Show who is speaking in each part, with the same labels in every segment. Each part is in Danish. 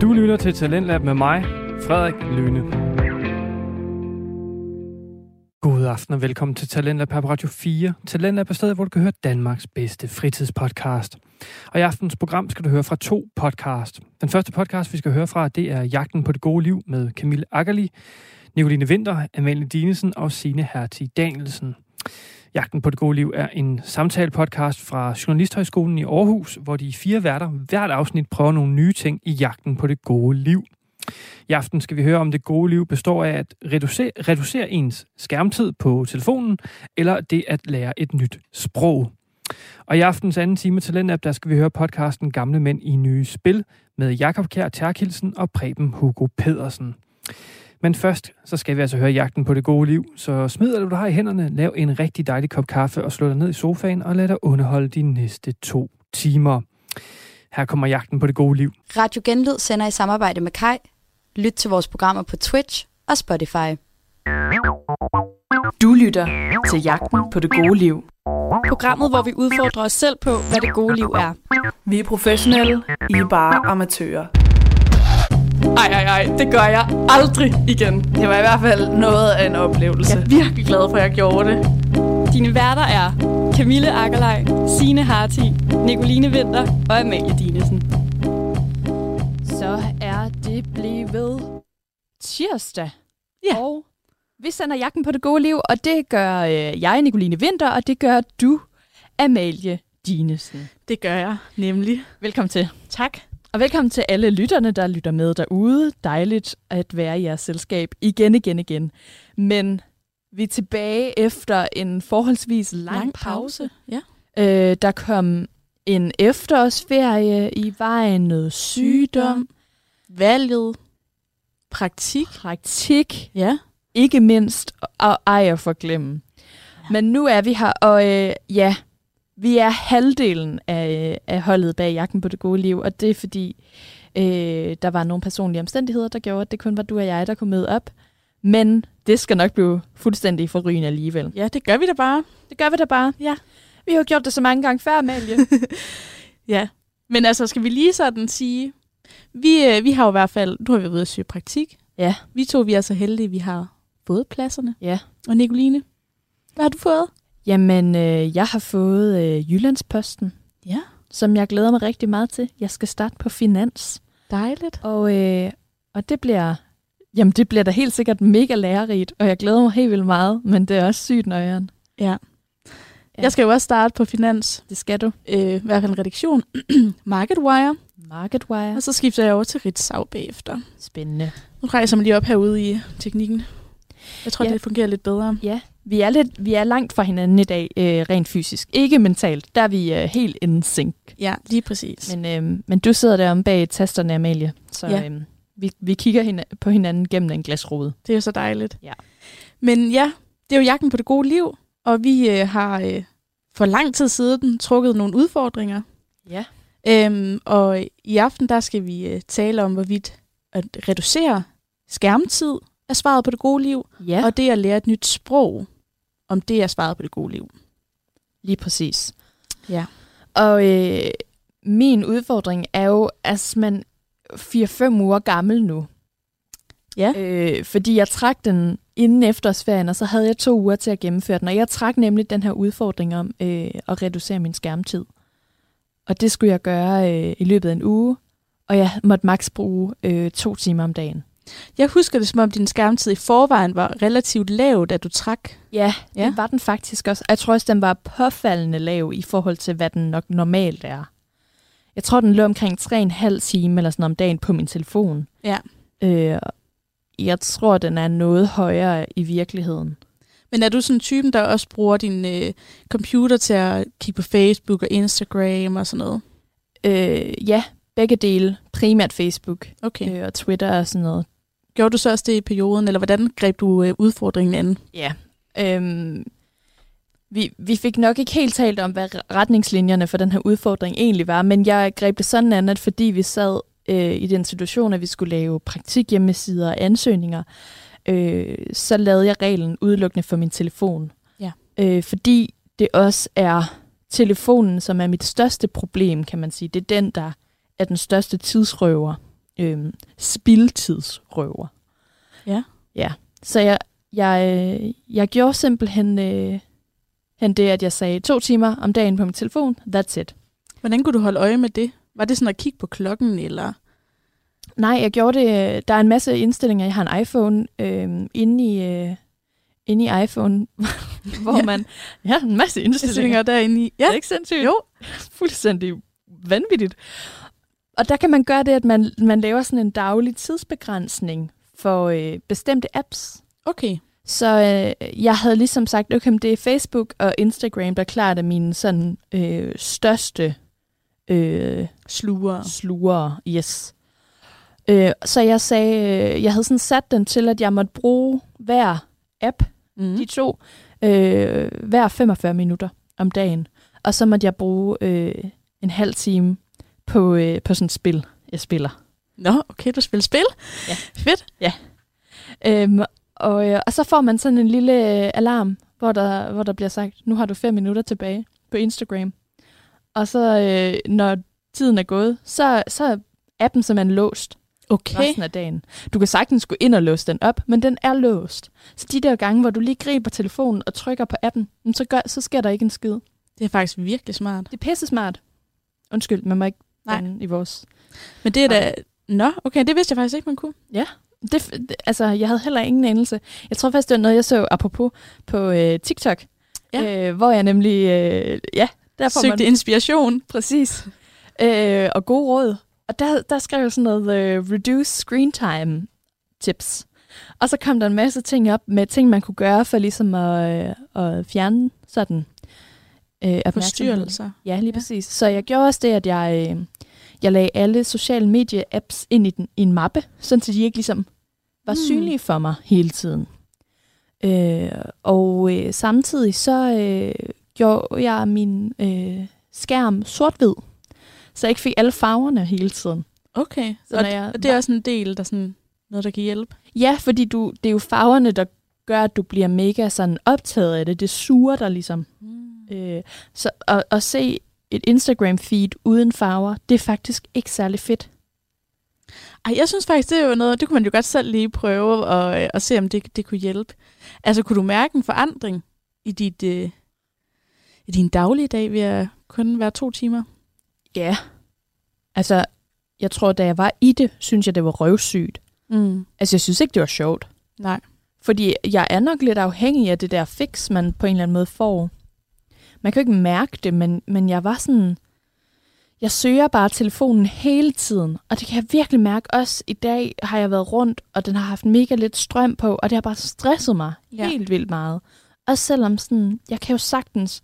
Speaker 1: Du lytter til Talentlab med mig, Frederik Lyne. God aften og velkommen til Talentlab på Radio 4. Talentlab er stedet, hvor du kan høre Danmarks bedste fritidspodcast. Og i aftens program skal du høre fra to podcast. Den første podcast, vi skal høre fra, det er Jagten på det gode liv med Camille Akkerli, Nicoline Vinter, Amalie Dinesen og Sine Hertig Danielsen. Jagten på det gode liv er en samtale-podcast fra Journalisthøjskolen i Aarhus, hvor de fire værter hvert afsnit prøver nogle nye ting i jagten på det gode liv. I aften skal vi høre, om det gode liv består af at reducere, reducere ens skærmtid på telefonen, eller det at lære et nyt sprog. Og i aftens anden time til Lendab, der skal vi høre podcasten Gamle Mænd i Nye Spil med Jakob Kjær Terkelsen og Preben Hugo Pedersen. Men først, så skal vi altså høre jagten på det gode liv. Så smid alt, du har i hænderne, lav en rigtig dejlig kop kaffe og slå dig ned i sofaen og lad dig underholde de næste to timer. Her kommer jagten på det gode liv.
Speaker 2: Radio Genlyd sender i samarbejde med Kai. Lyt til vores programmer på Twitch og Spotify.
Speaker 3: Du lytter til Jagten på det gode liv.
Speaker 4: Programmet, hvor vi udfordrer os selv på, hvad det gode liv er.
Speaker 3: Vi er professionelle, I er bare amatører.
Speaker 4: Ej, ej, ej, det gør jeg aldrig igen.
Speaker 3: Det var i hvert fald noget af en oplevelse.
Speaker 4: Jeg er virkelig glad for, at jeg gjorde det. Dine værter er Camille Akkerlej, Sine Harti, Nicoline Vinter og Amalie Dinesen. Så er det blevet tirsdag.
Speaker 5: Ja.
Speaker 4: Og vi sender jagten på det gode liv, og det gør øh, jeg, Nicoline Vinter, og det gør du, Amalie Dinesen.
Speaker 5: Det gør jeg nemlig.
Speaker 4: Velkommen til.
Speaker 5: Tak.
Speaker 4: Og velkommen til alle lytterne, der lytter med derude. Dejligt at være i jeres selskab igen, igen, igen. Men vi er tilbage efter en forholdsvis lang, pause.
Speaker 5: Ja.
Speaker 4: Øh, der kom en efterårsferie i vejen, noget sygdom,
Speaker 5: Sygdom. Valget. Praktik.
Speaker 4: praktik,
Speaker 5: Ja.
Speaker 4: ikke mindst, og ej at forglemme. Men nu er vi her, og øh, ja, vi er halvdelen af, øh, af holdet bag Jagten på det gode liv, og det er fordi, øh, der var nogle personlige omstændigheder, der gjorde, at det kun var du og jeg, der kunne møde op. Men det skal nok blive fuldstændig forrygende alligevel.
Speaker 5: Ja, det gør vi da bare.
Speaker 4: Det gør vi da bare.
Speaker 5: Ja.
Speaker 4: Vi har jo gjort det så mange gange før, Amalie.
Speaker 5: Ja. Men altså, skal vi lige sådan sige, vi, øh, vi har jo i hvert fald, nu har vi været ude at søge praktik.
Speaker 4: Ja.
Speaker 5: Vi to, vi er så heldige, vi har fået pladserne.
Speaker 4: Ja.
Speaker 5: Og Nicoline, hvad har du fået?
Speaker 4: Jamen, øh, jeg har fået øh, Jyllandsposten,
Speaker 5: Ja.
Speaker 4: som jeg glæder mig rigtig meget til. Jeg skal starte på finans.
Speaker 5: Dejligt.
Speaker 4: Og, øh, og det bliver jamen det bliver da helt sikkert mega lærerigt, og jeg glæder mig helt vildt meget, men det er også sygt nøjeren. Ja.
Speaker 5: Ja. Jeg skal jo også starte på finans,
Speaker 4: Det skal du.
Speaker 5: øh, i hvert fald en redaktion, MarketWire,
Speaker 4: Marketwire.
Speaker 5: og så skifter jeg over til Ritzau bagefter.
Speaker 4: Spændende.
Speaker 5: Nu rejser man lige op herude i teknikken. Jeg tror,
Speaker 4: Ja.
Speaker 5: ja. det fungerer lidt bedre.
Speaker 4: Vi er, lidt, vi er langt fra hinanden i dag, øh, rent fysisk. Ikke mentalt, der er vi øh, helt in sync.
Speaker 5: Ja, lige præcis.
Speaker 4: Men, øh, men du sidder deromme bag tasterne, Amalie, så
Speaker 5: Ja.
Speaker 4: øh, vi, vi kigger hina- på hinanden gennem en glasrude.
Speaker 5: Det er jo så dejligt.
Speaker 4: Ja.
Speaker 5: Men ja, det er jo jagten på det gode liv, og vi øh, har øh, for lang tid siden trukket nogle udfordringer.
Speaker 4: Ja.
Speaker 5: Øhm, og i aften der skal vi øh, tale om, hvorvidt at reducere skærmtid er svaret på det gode liv,
Speaker 4: Ja,
Speaker 5: ja.
Speaker 4: og
Speaker 5: og det at lære et nyt sprog, om det er svaret på det gode liv.
Speaker 4: lige præcis.
Speaker 5: Ja.
Speaker 4: Og øh, min udfordring er jo, at man 4-5 uger gammel nu.
Speaker 5: Ja.
Speaker 4: Øh, fordi jeg trak den inden efterårsferien, og så havde jeg to uger til at gennemføre den. Og jeg trak nemlig den her udfordring om øh, at reducere min skærmtid. Og det skulle jeg gøre øh, i løbet af en uge, og jeg måtte maks bruge øh, to timer om dagen.
Speaker 5: Jeg husker det, som om din skærmtid i forvejen var relativt lav, da du trak.
Speaker 4: Ja, ja,
Speaker 5: Ja.
Speaker 4: det var den faktisk også. Og Jeg tror også, den var påfaldende lav i forhold til, hvad den nok normalt er. Jeg tror, den lå omkring 3,5 time eller sådan om dagen på min telefon.
Speaker 5: Ja.
Speaker 4: Øh, jeg tror, den er noget højere i virkeligheden.
Speaker 5: Men er du sådan typen, der også bruger din øh, computer til at kigge på Facebook og Instagram og sådan noget?
Speaker 4: Øh, ja, begge dele. Primært Facebook
Speaker 5: Okay.
Speaker 4: øh, og Twitter og sådan noget.
Speaker 5: Gjorde du så også det i perioden, eller hvordan greb du øh, udfordringen an?
Speaker 4: Ja. Øhm, vi, vi fik nok ikke helt talt om, hvad retningslinjerne for den her udfordring egentlig var, men jeg greb det sådan an, at fordi vi sad øh, i den situation, at vi skulle lave praktikhjemmesider og ansøgninger, øh, så lavede jeg reglen udelukkende for min telefon.
Speaker 5: Ja.
Speaker 4: Øh, fordi det også er telefonen, som er mit største problem, kan man sige. Det er den, der er den største tidsrøver øhm, spildtidsrøver.
Speaker 5: Ja.
Speaker 4: Ja, så jeg, jeg, øh, jeg gjorde simpelthen øh, hen det, at jeg sagde to timer om dagen på min telefon. That's it.
Speaker 5: Hvordan kunne du holde øje med det? Var det sådan at kigge på klokken, eller?
Speaker 4: Nej, jeg gjorde det. øh, Der er en masse indstillinger. Jeg har en iPhone øh, inde, i, øh, inde i iPhone, hvor
Speaker 5: Ja.
Speaker 4: man... Ja, en masse indstillinger.
Speaker 5: Stillinger derinde i.
Speaker 4: Ja.
Speaker 5: Ja,
Speaker 4: Er det ikke sindssygt?
Speaker 5: Jo.
Speaker 4: Fuldstændig vanvittigt. Og der kan man gøre det, at man, man laver sådan en daglig tidsbegrænsning for øh, bestemte apps.
Speaker 5: okay.
Speaker 4: Så øh, jeg havde ligesom sagt, okay, men det er Facebook og Instagram, der klart er mine sådan øh, største øh,
Speaker 5: Sluger.
Speaker 4: slugere. Yes. Øh, så jeg sagde, øh, jeg havde sådan sat den til, at jeg måtte bruge hver app,
Speaker 5: Mm.
Speaker 4: mm. de to, øh, hver 45 minutter om dagen. Og så måtte jeg bruge øh, en halv time på, øh, på sådan et spil, jeg spiller.
Speaker 5: Nå, okay, du spiller spil.
Speaker 4: Ja.
Speaker 5: Fedt.
Speaker 4: Øhm, og, øh, og så får man sådan en lille øh, alarm, hvor der, hvor der bliver sagt, nu har du fem minutter tilbage på Instagram. Og så øh, når tiden er gået, så, så er appen simpelthen låst
Speaker 5: Okay.
Speaker 4: resten af dagen. Du kan sagtens gå ind og låse den op, men den er låst. Så de der gange, hvor du lige griber telefonen og trykker på appen, jamen, så, gør, så sker der ikke en skid.
Speaker 5: Det er faktisk virkelig smart.
Speaker 4: Det er pisse smart. Undskyld, man må ikke
Speaker 5: Nej.
Speaker 4: Nej. i vores...
Speaker 5: Men det er da... Nå, okay, det vidste jeg faktisk ikke, man kunne.
Speaker 4: Det, f- det, altså, jeg havde heller ingen anelse. Jeg tror faktisk, det var noget, jeg så apropos på øh, TikTok,
Speaker 5: Ja.
Speaker 4: ja. øh, hvor jeg nemlig... Øh, ja, der får
Speaker 5: Søgte
Speaker 4: man...
Speaker 5: inspiration.
Speaker 4: Præcis. Øh, og gode råd. Og der, der skrev jeg sådan noget øh, reduce screen time tips. Og så kom der en masse ting op med ting, man kunne gøre for ligesom at, øh, at fjerne sådan øh, opmærksomhed.
Speaker 5: Forstyrrelser.
Speaker 4: Ja, lige
Speaker 5: Ja.
Speaker 4: ja. præcis. Så jeg gjorde også det, at jeg, øh, jeg lagde alle sociale medie-apps ind i, den, i en mappe, sådan så de ikke ligesom var
Speaker 5: Mm.
Speaker 4: mm. synlige for mig hele tiden. Øh, og øh, samtidig så øh, gjorde jeg min øh, skærm sort-hvid, så jeg ikke fik alle farverne hele tiden.
Speaker 5: Okay,
Speaker 4: Så
Speaker 5: og,
Speaker 4: når jeg
Speaker 5: og det er også en del, der sådan noget, der kan hjælpe.
Speaker 4: Ja, fordi du, det er jo farverne, der gør, at du bliver mega sådan optaget af det. Det suger dig ligesom.
Speaker 5: Mm.
Speaker 4: Øh, så at, at se et Instagram-feed uden farver, det er faktisk ikke særlig fedt.
Speaker 5: Ej, jeg synes faktisk, det er jo noget, det kunne man jo godt selv lige prøve og, øh, og se, om det, det kunne hjælpe. Altså, kunne du mærke en forandring i, dit, øh, i din daglige dag ved at kun være to timer?
Speaker 4: Ja. Altså, jeg tror, da jeg var i det, synes jeg, det var røvsygt.
Speaker 5: Mm.
Speaker 4: Altså, jeg synes ikke, det var sjovt.
Speaker 5: Nej.
Speaker 4: Fordi jeg er nok lidt afhængig af det der fix, man på en eller anden måde får. Man kan jo ikke mærke det, men, men jeg var sådan... Jeg søger bare telefonen hele tiden, og det kan jeg virkelig mærke. Også i dag har jeg været rundt, og den har haft mega lidt strøm på, og det har bare stresset mig
Speaker 5: Ja.
Speaker 4: ja. helt vildt meget. Også selvom sådan, jeg kan jo sagtens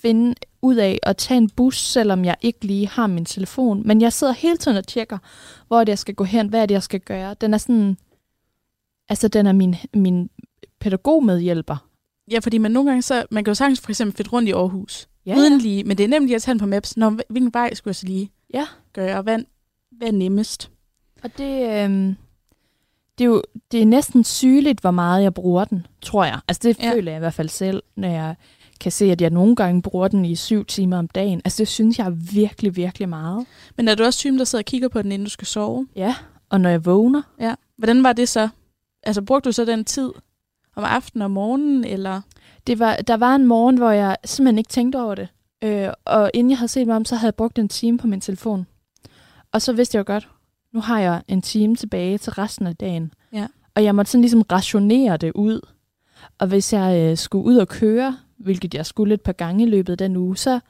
Speaker 4: finde ud af at tage en bus, selvom jeg ikke lige har min telefon. Men jeg sidder hele tiden og tjekker, hvor er det, jeg skal gå hen, hvad er det, jeg skal gøre. Den er sådan, altså den er min, min pædagogmedhjælper.
Speaker 5: Ja, fordi man nogle gange så, man kan jo sagtens for eksempel fedt rundt i Aarhus.
Speaker 4: Ja,
Speaker 5: Uden lige, men det er nemt lige at tage den på maps. Nå, hvilken vej skulle jeg så lige
Speaker 4: Ja.
Speaker 5: gøre? Hvad, hvad er nemmest?
Speaker 4: Og det, øh, det, er jo, det er næsten sygeligt, hvor meget jeg bruger den, tror jeg. Altså det
Speaker 5: Ja.
Speaker 4: ja. føler jeg i hvert fald selv, når jeg kan se, at jeg nogle gange bruger den i syv timer om dagen. Altså det synes jeg er virkelig, virkelig meget.
Speaker 5: Men er du også typen, der sidder og kigger på den, inden du skal sove?
Speaker 4: Og når jeg vågner,
Speaker 5: Ja. Hvordan var det så? Altså, brugte du så den tid om aftenen og morgenen, eller?
Speaker 4: det var, der var en morgen, hvor jeg simpelthen ikke tænkte over det. Øh, og inden jeg havde set mig om, så havde jeg brugt en time på min telefon. Og så vidste jeg jo godt, nu har jeg en time tilbage til resten af dagen.
Speaker 5: Ja.
Speaker 4: Og jeg måtte sådan ligesom rationere det ud. Og hvis jeg øh, skulle ud og køre, hvilket jeg skulle et par gange i løbet af den uge, så,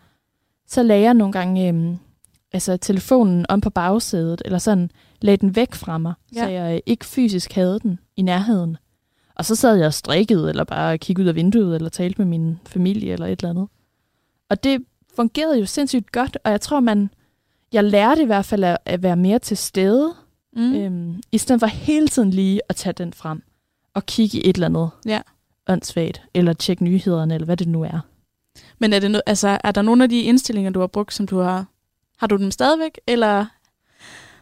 Speaker 4: så lagde jeg nogle gange øh, altså telefonen om på bagsædet, eller sådan lagde den væk fra mig,
Speaker 5: Ja.
Speaker 4: ja. så jeg øh, ikke fysisk havde den i nærheden. Og så sad jeg og strikkede, eller bare kiggede ud af vinduet, eller talte med min familie, eller et eller andet. Og det fungerede jo sindssygt godt, og jeg tror, man... Jeg lærte i hvert fald at, at være mere til stede,
Speaker 5: Mm.
Speaker 4: mm.
Speaker 5: Øh.
Speaker 4: øhm, i stedet for hele tiden lige at tage den frem og kigge i et eller andet
Speaker 5: Ja.
Speaker 4: åndssvagt, eller tjekke nyhederne, eller hvad det nu er.
Speaker 5: Men er, det no- altså, er der nogle af de indstillinger, du har brugt, som du har... Har du dem stadigvæk, eller?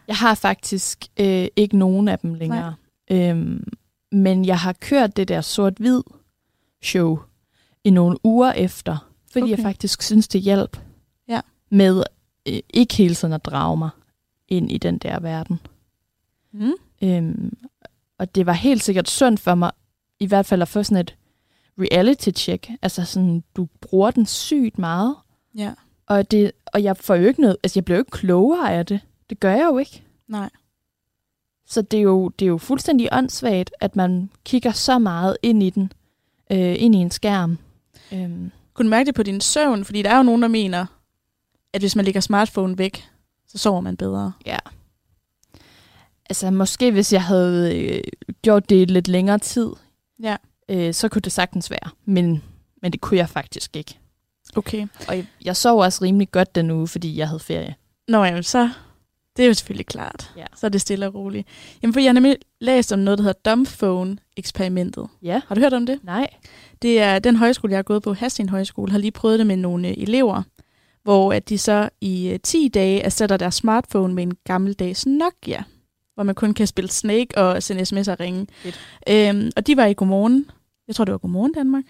Speaker 4: Jeg har faktisk øh, ikke nogen af dem længere. Øhm, men jeg har kørt det der sort-hvid show i nogle uger efter, fordi okay. jeg
Speaker 5: Okay.
Speaker 4: faktisk synes, det hjalp
Speaker 5: Ja.
Speaker 4: med øh, ikke hele tiden at drage mig ind i den der verden.
Speaker 5: Mm.
Speaker 4: Øhm, og det var helt sikkert sundt for mig, i hvert fald at få sådan et reality check. Altså sådan, du bruger den sygt meget,
Speaker 5: Ja,
Speaker 4: og, det, og jeg får jo ikke noget, altså jeg bliver jo ikke klogere af det. Det gør jeg jo ikke.
Speaker 5: nej.
Speaker 4: Så det er jo, det er jo fuldstændig åndssvagt, at man kigger så meget ind i den, øh, ind i en skærm. Øhm,
Speaker 5: Kunne du mærke det på din søvn? Fordi der er jo nogen, der mener, at hvis man lægger smartphone væk, så sover man bedre.
Speaker 4: altså måske hvis jeg havde øh, gjort det i lidt længere tid,
Speaker 5: Ja.
Speaker 4: øh, så kunne det sagtens være. Men, men det kunne jeg faktisk ikke.
Speaker 5: Okay.
Speaker 4: Og jeg, jeg sov også rimelig godt den uge, fordi jeg havde ferie.
Speaker 5: Nå jamen, så det er jo selvfølgelig klart.
Speaker 4: Ja.
Speaker 5: Så er det stille og roligt. Jamen, for jeg har nemlig læst om noget, der hedder dumbphone-eksperimentet.
Speaker 4: Ja.
Speaker 5: Har du hørt om det?
Speaker 4: Nej.
Speaker 5: Det er den højskole, jeg har gået på, Hastin Højskole, har lige prøvet det med nogle øh, elever, hvor at de så i øh, 10 dage erstatter deres smartphone med en gammeldags Nokia, hvor man kun kan spille Snake og sende sms'er og ringe.
Speaker 4: Fedt.
Speaker 5: Øhm, og de var i Godmorgen, jeg tror det var Godmorgen Danmark,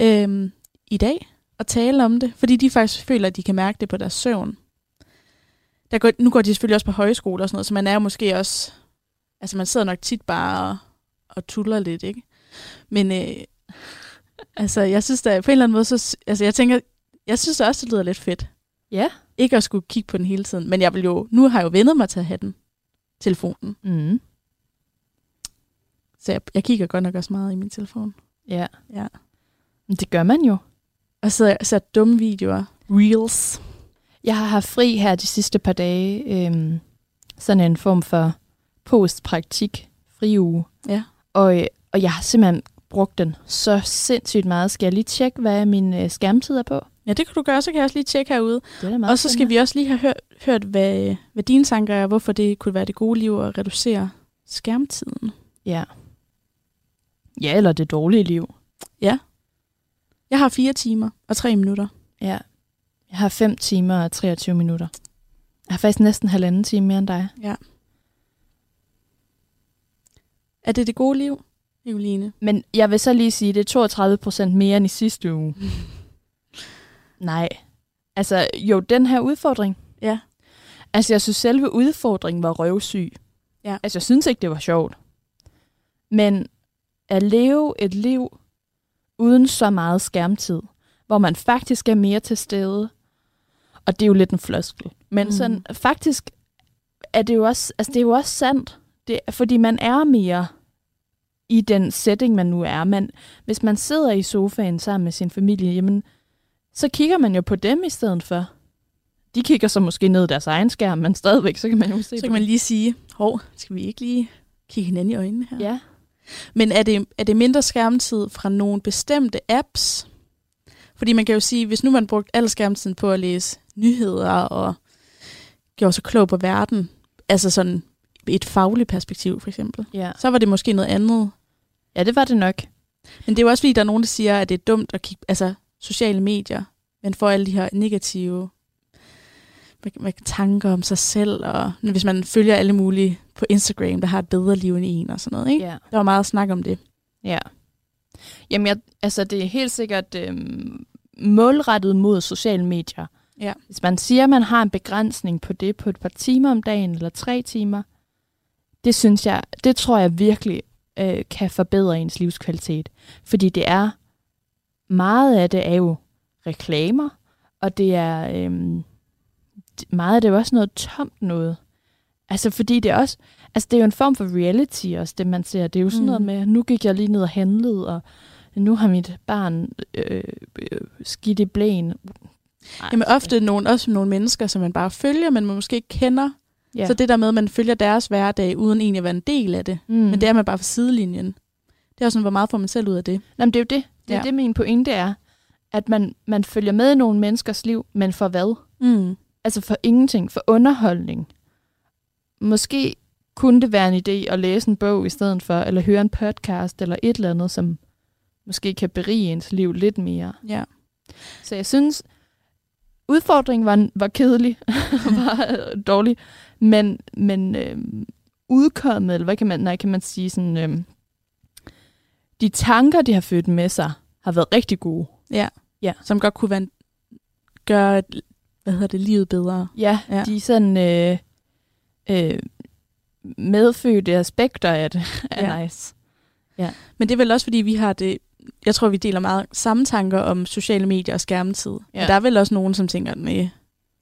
Speaker 5: øhm, i dag og tale om det, fordi de faktisk føler, at de kan mærke det på deres søvn. Der går, nu går de selvfølgelig også på højskole og sådan noget, så man er jo måske også, altså man sidder nok tit bare og, og tuller lidt, ikke? Men øh, altså, jeg synes da på en eller anden måde, så, altså jeg tænker, jeg synes da også, det lyder lidt fedt.
Speaker 4: Ja.
Speaker 5: Ikke at skulle kigge på den hele tiden, men jeg vil jo, nu har jeg jo vendet mig til at have den, telefonen.
Speaker 4: Mm.
Speaker 5: Så jeg, jeg kigger godt nok også meget i min telefon.
Speaker 4: Ja.
Speaker 5: Ja.
Speaker 4: Men det gør man jo.
Speaker 5: Og så ser dumme videoer. Reels.
Speaker 4: Jeg har haft fri her de sidste par dage. Øhm, sådan en form for postpraktik friuge.
Speaker 5: Ja.
Speaker 4: Og, øh, og jeg har simpelthen brugt den så sindssygt meget. Skal jeg lige tjekke, hvad min øh, skærmtid er på?
Speaker 5: Ja, det kan du gøre, så kan jeg også lige tjekke herude.
Speaker 4: Det er da meget
Speaker 5: Og så skal vi også lige have hørt, hørt hvad, hvad dine tanker er, hvorfor det kunne være det gode liv at reducere skærmtiden.
Speaker 4: Ja. Ja, eller det dårlige liv.
Speaker 5: Jeg har fire timer og tre minutter.
Speaker 4: Ja. Jeg har 5 timer og 23 minutter. Jeg har faktisk næsten halvanden time mere end dig.
Speaker 5: Er det det gode liv, Nicoline?
Speaker 4: Men jeg vil så lige sige, det er 32 procent mere end i sidste uge. Nej. Altså, jo, den her udfordring.
Speaker 5: Ja.
Speaker 4: Altså, jeg synes, selve udfordringen var røvsyg.
Speaker 5: Ja.
Speaker 4: Altså, jeg synes ikke, det var sjovt. Men at leve et liv uden så meget skærmtid, hvor man faktisk er mere til stede, og det er jo lidt en floskel. Men
Speaker 5: Mm.
Speaker 4: mm. sådan, faktisk er det jo også, altså, det er jo også sandt, det, er- fordi man er mere i den setting, man nu er. Man, hvis man sidder i sofaen sammen med sin familie, jamen, så kigger man jo på dem i stedet for. De kigger så måske ned i deres egen skærm, men stadigvæk, så kan man jo se
Speaker 5: Så
Speaker 4: på
Speaker 5: kan man lige sige, hov, skal vi ikke lige kigge hinanden i øjnene her?
Speaker 4: dem. Ja.
Speaker 5: Men er det, er det mindre skærmtid fra nogle bestemte apps? Fordi man kan jo sige, hvis nu man brugte al skærmtiden på at læse nyheder og gjorde sig klog på verden, altså sådan i et fagligt perspektiv for eksempel,
Speaker 4: Ja.
Speaker 5: så var det måske noget andet.
Speaker 4: ja, det var det nok.
Speaker 5: Men det er jo også fordi, der er nogen, der siger, at det er dumt at kigge, altså sociale medier, men får alle de her negative man, man kan tanker om sig selv, og hvis man følger alle mulige på Instagram, der har et bedre liv end en og sådan noget. Ikke?
Speaker 4: Ja.
Speaker 5: Der var meget snak om det.
Speaker 4: ja. Jamen, jeg, altså, det er helt sikkert øhm, målrettet mod sociale medier.
Speaker 5: Ja.
Speaker 4: Hvis man siger, at man har en begrænsning på det på et par timer om dagen, eller tre timer, det synes jeg, det tror jeg virkelig øh, kan forbedre ens livskvalitet. Fordi det er, meget af det er jo reklamer, og det er, øhm, d- meget af det er jo også noget tomt noget. Altså fordi det er også, altså det er jo en form for reality også, det man ser. Det er jo sådan
Speaker 5: Mm.
Speaker 4: mm. noget med, nu gik jeg lige ned og handlede, og nu har mit barn øh, øh, skidt i blæen. Ej,
Speaker 5: Jamen ofte nogle, også nogle mennesker, som man bare følger, men man måske ikke kender. Ja. Så det der med, at man følger deres hverdag, uden egentlig at være en del af det.
Speaker 4: mm.
Speaker 5: Mm. Men det er man bare fra sidelinjen. Det er også sådan, hvor meget får man selv ud af det.
Speaker 4: Nå, men det er jo det. Det er
Speaker 5: Ja.
Speaker 4: ja. det, min pointe er. At man, man følger med i nogle menneskers liv, men for hvad?
Speaker 5: Mm.
Speaker 4: Altså for ingenting, for underholdning. Måske kunne det være en idé at læse en bog i stedet for, eller høre en podcast, eller et eller andet, som måske kan berige ens liv lidt mere.
Speaker 5: Ja.
Speaker 4: Så jeg synes, udfordringen var, var kedelig, var øh, dårlig, men, men øh, udkommet, eller hvad kan man, nej, kan man sige, sådan, øh, de tanker, de har født med sig, har været rigtig gode.
Speaker 5: Som godt kunne være en, gøre hvad hedder det, livet bedre.
Speaker 4: Ja,
Speaker 5: Ja.
Speaker 4: ja. de er sådan øh, øh, medfødte aspekter af det er
Speaker 5: Ja.
Speaker 4: ja. nice.
Speaker 5: Men det er vel også, fordi vi har det... Jeg tror, vi deler meget samme tanker om sociale medier og skærmtid. Ja.
Speaker 4: Ja.
Speaker 5: Men der er vel også nogen, som tænker, nej, jeg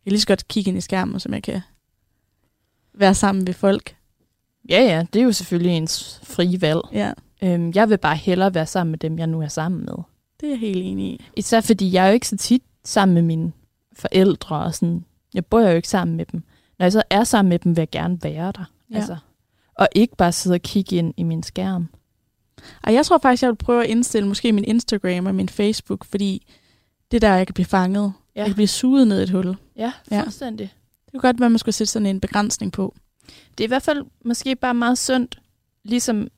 Speaker 5: kan lige så godt kigge ind i skærmen, som jeg kan være sammen med folk.
Speaker 4: Ja, ja, det er jo selvfølgelig ens frie valg.
Speaker 5: Ja,
Speaker 4: Øhm, jeg vil bare hellere være sammen med dem, jeg nu er sammen med.
Speaker 5: det er jeg helt enig i.
Speaker 4: Især fordi jeg er jo ikke så tit sammen med mine forældre, og sådan, jeg bor jo ikke sammen med dem. Når jeg så er sammen med dem, vil jeg gerne være der.
Speaker 5: Ja.
Speaker 4: Ja. Altså, og ikke bare sidde og kigge ind i min skærm.
Speaker 5: Og jeg tror faktisk, jeg vil prøve at indstille måske min Instagram og min Facebook, fordi det er der, jeg kan blive fanget. Ja.
Speaker 4: Ja.
Speaker 5: Jeg kan blive suget ned i et hul.
Speaker 4: Ja,
Speaker 5: Ja.
Speaker 4: fuldstændig. Ja.
Speaker 5: Det kunne godt være, man skulle sætte sådan en begrænsning på.
Speaker 4: Det er i hvert fald måske bare meget sundt, ligesom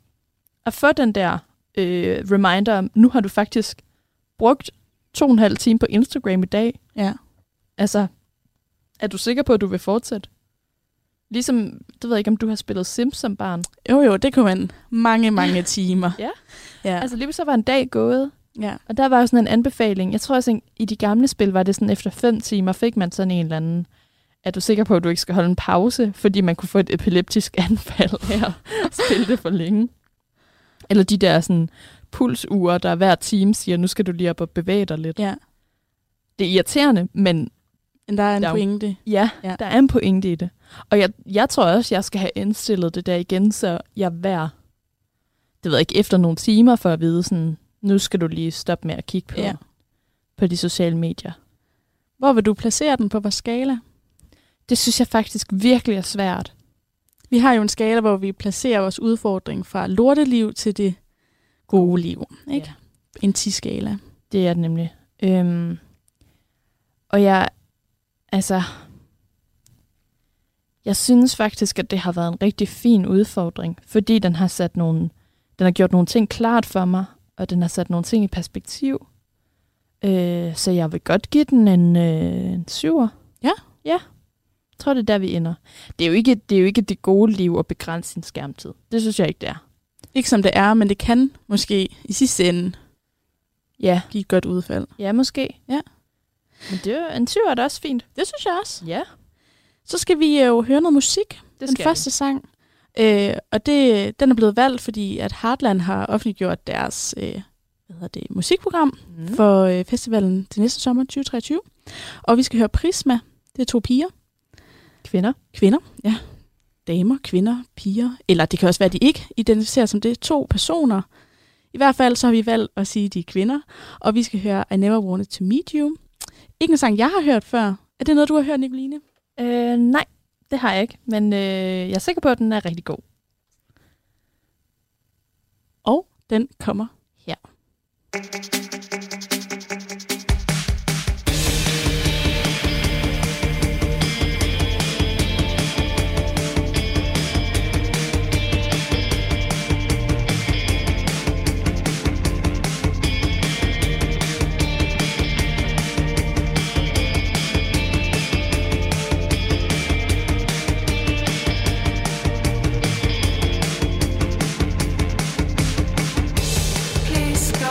Speaker 4: at få den der øh, reminder om, nu har du faktisk brugt to og en halv time på Instagram i dag.
Speaker 5: Ja.
Speaker 4: Altså, er du sikker på, at du vil fortsætte? Ligesom, det ved jeg ikke, om du har spillet Sims som barn.
Speaker 5: Jo, jo, det kunne man mange, mange timer.
Speaker 4: Ja.
Speaker 5: Ja.
Speaker 4: Altså, lige så var en dag gået,
Speaker 5: ja.
Speaker 4: og der var jo sådan en anbefaling. Jeg tror også, at i de gamle spil var det sådan, efter fem timer fik man sådan en eller anden, er du sikker på, at du ikke skal holde en pause, fordi man kunne få et epileptisk anfald her og spille det for længe. Eller de der sådan pulsure, der hver time siger, nu skal du lige op og bevæge dig lidt.
Speaker 5: ja.
Speaker 4: Det er irriterende, men
Speaker 5: Men der er en
Speaker 4: Der er jo-
Speaker 5: pointe.
Speaker 4: ja,
Speaker 5: Ja.
Speaker 4: ja. der er en pointe i det. Og jeg, jeg tror også, jeg skal have indstillet det der igen, så jeg hver, det ved jeg ikke, efter nogle timer for at vide sådan, nu skal du lige stoppe med at kigge på,
Speaker 5: Ja.
Speaker 4: ja. på de sociale medier.
Speaker 5: Hvor vil du placere den på vores skala?
Speaker 4: Det synes jeg faktisk virkelig er svært.
Speaker 5: Vi har jo en skala, hvor vi placerer vores udfordring fra lorteliv til det gode liv. Ikke? Ja.
Speaker 4: Ja.
Speaker 5: En 10-skala.
Speaker 4: Det er det nemlig. Øhm, og jeg, altså, jeg synes faktisk, at det har været en rigtig fin udfordring, fordi den har sat nogle, den har gjort nogle ting klart for mig, og den har sat nogle ting i perspektiv. Øh, så jeg vil godt give den en, øh, en syver.
Speaker 5: Ja.
Speaker 4: Ja. Jeg tror, det er der, vi ender. Det er jo ikke det, er jo ikke det gode liv at begrænse sin skærmtid. Det synes jeg ikke, det er.
Speaker 5: Ikke som det er, men det kan måske i sidste ende
Speaker 4: Ja.
Speaker 5: give et godt udfald.
Speaker 4: Ja, måske.
Speaker 5: Ja.
Speaker 4: Men det er jo, en syver er da også fint.
Speaker 5: Det synes jeg også.
Speaker 4: Ja.
Speaker 5: Så skal vi jo høre noget musik.
Speaker 4: Det
Speaker 5: den første sang. Øh, og det, den er blevet valgt, fordi at Heartland har offentliggjort deres øh, hvad hedder det, musikprogram
Speaker 4: Mm. For,
Speaker 5: for øh, festivalen til næste sommer 2023. Og vi skal høre Prisma. Det er to piger.
Speaker 4: Kvinder.
Speaker 5: Kvinder, ja. Damer, kvinder, piger. Eller det kan også være, at de ikke identificerer som det. To personer. I hvert fald så har vi valgt at sige, at de er kvinder. Og vi skal høre I Never Wanted to Meet You. Ikke en sang, jeg har hørt før. Er det noget, du har hørt, Nicoline?
Speaker 4: Øh, nej, det har jeg ikke. Men øh, jeg er sikker på, at den er rigtig god.
Speaker 5: Og den kommer her.
Speaker 6: Please go.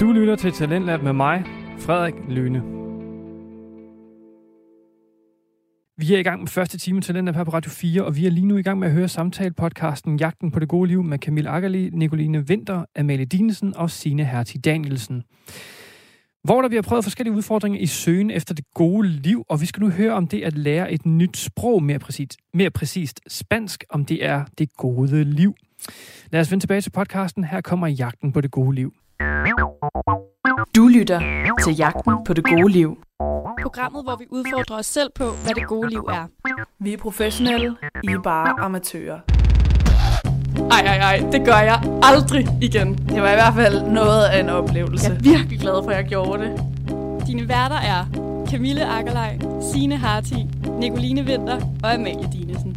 Speaker 1: Du lytter til Talentlab med mig, Frederik Lyne. Vi er i gang med første time til den her på Radio 4, og vi er lige nu i gang med at høre samtale-podcasten Jagten på det gode liv med Camille Akkerli, Nicoline Vinter, Amalie Dinesen og Sine Hertig Danielsen. Hvor der vi har prøvet forskellige udfordringer i søgen efter det gode liv, og vi skal nu høre om det at lære et nyt sprog, mere præcist, mere præcist spansk, om det er det gode liv. Lad os vende tilbage til podcasten. Her kommer Jagten på det gode liv.
Speaker 3: Du lytter til Jagten på det gode liv.
Speaker 6: Programmet, hvor vi udfordrer os selv på, hvad det gode liv er.
Speaker 3: Vi er professionelle, I er bare amatører.
Speaker 6: Ej, ej, ej, det gør jeg aldrig igen.
Speaker 3: Det var i hvert fald noget af en oplevelse.
Speaker 5: Jeg er virkelig glad for, at jeg gjorde det.
Speaker 6: Dine værter er Camille Akkerlej, Sine Harti, Nicoline Vinter og Amalie Dinesen.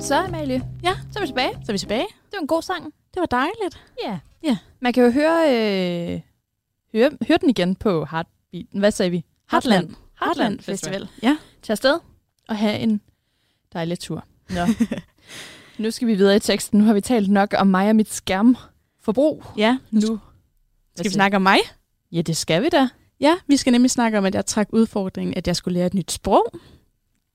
Speaker 4: Så, Amalie,
Speaker 5: Ja,
Speaker 4: så er vi tilbage.
Speaker 5: så er vi tilbage.
Speaker 4: Det var en god sang.
Speaker 5: Det var dejligt.
Speaker 4: Ja.
Speaker 5: Ja.
Speaker 4: Man kan jo høre, øh, høre, høre den igen på Heartbeat. Hvad sagde vi?
Speaker 5: Heartland Festival. Ja.
Speaker 4: Tag afsted og have en dejlig tur. Nå. nu skal vi videre i teksten. Nu har vi talt nok om mig og mit skærmforbrug.
Speaker 5: Ja,
Speaker 4: Nu.
Speaker 5: skal vi snakke om mig.
Speaker 4: Ja, det skal vi da.
Speaker 5: Altså- Ja, vi skal nemlig snakke om, at jeg trak udfordringen, at jeg skulle lære et nyt sprog.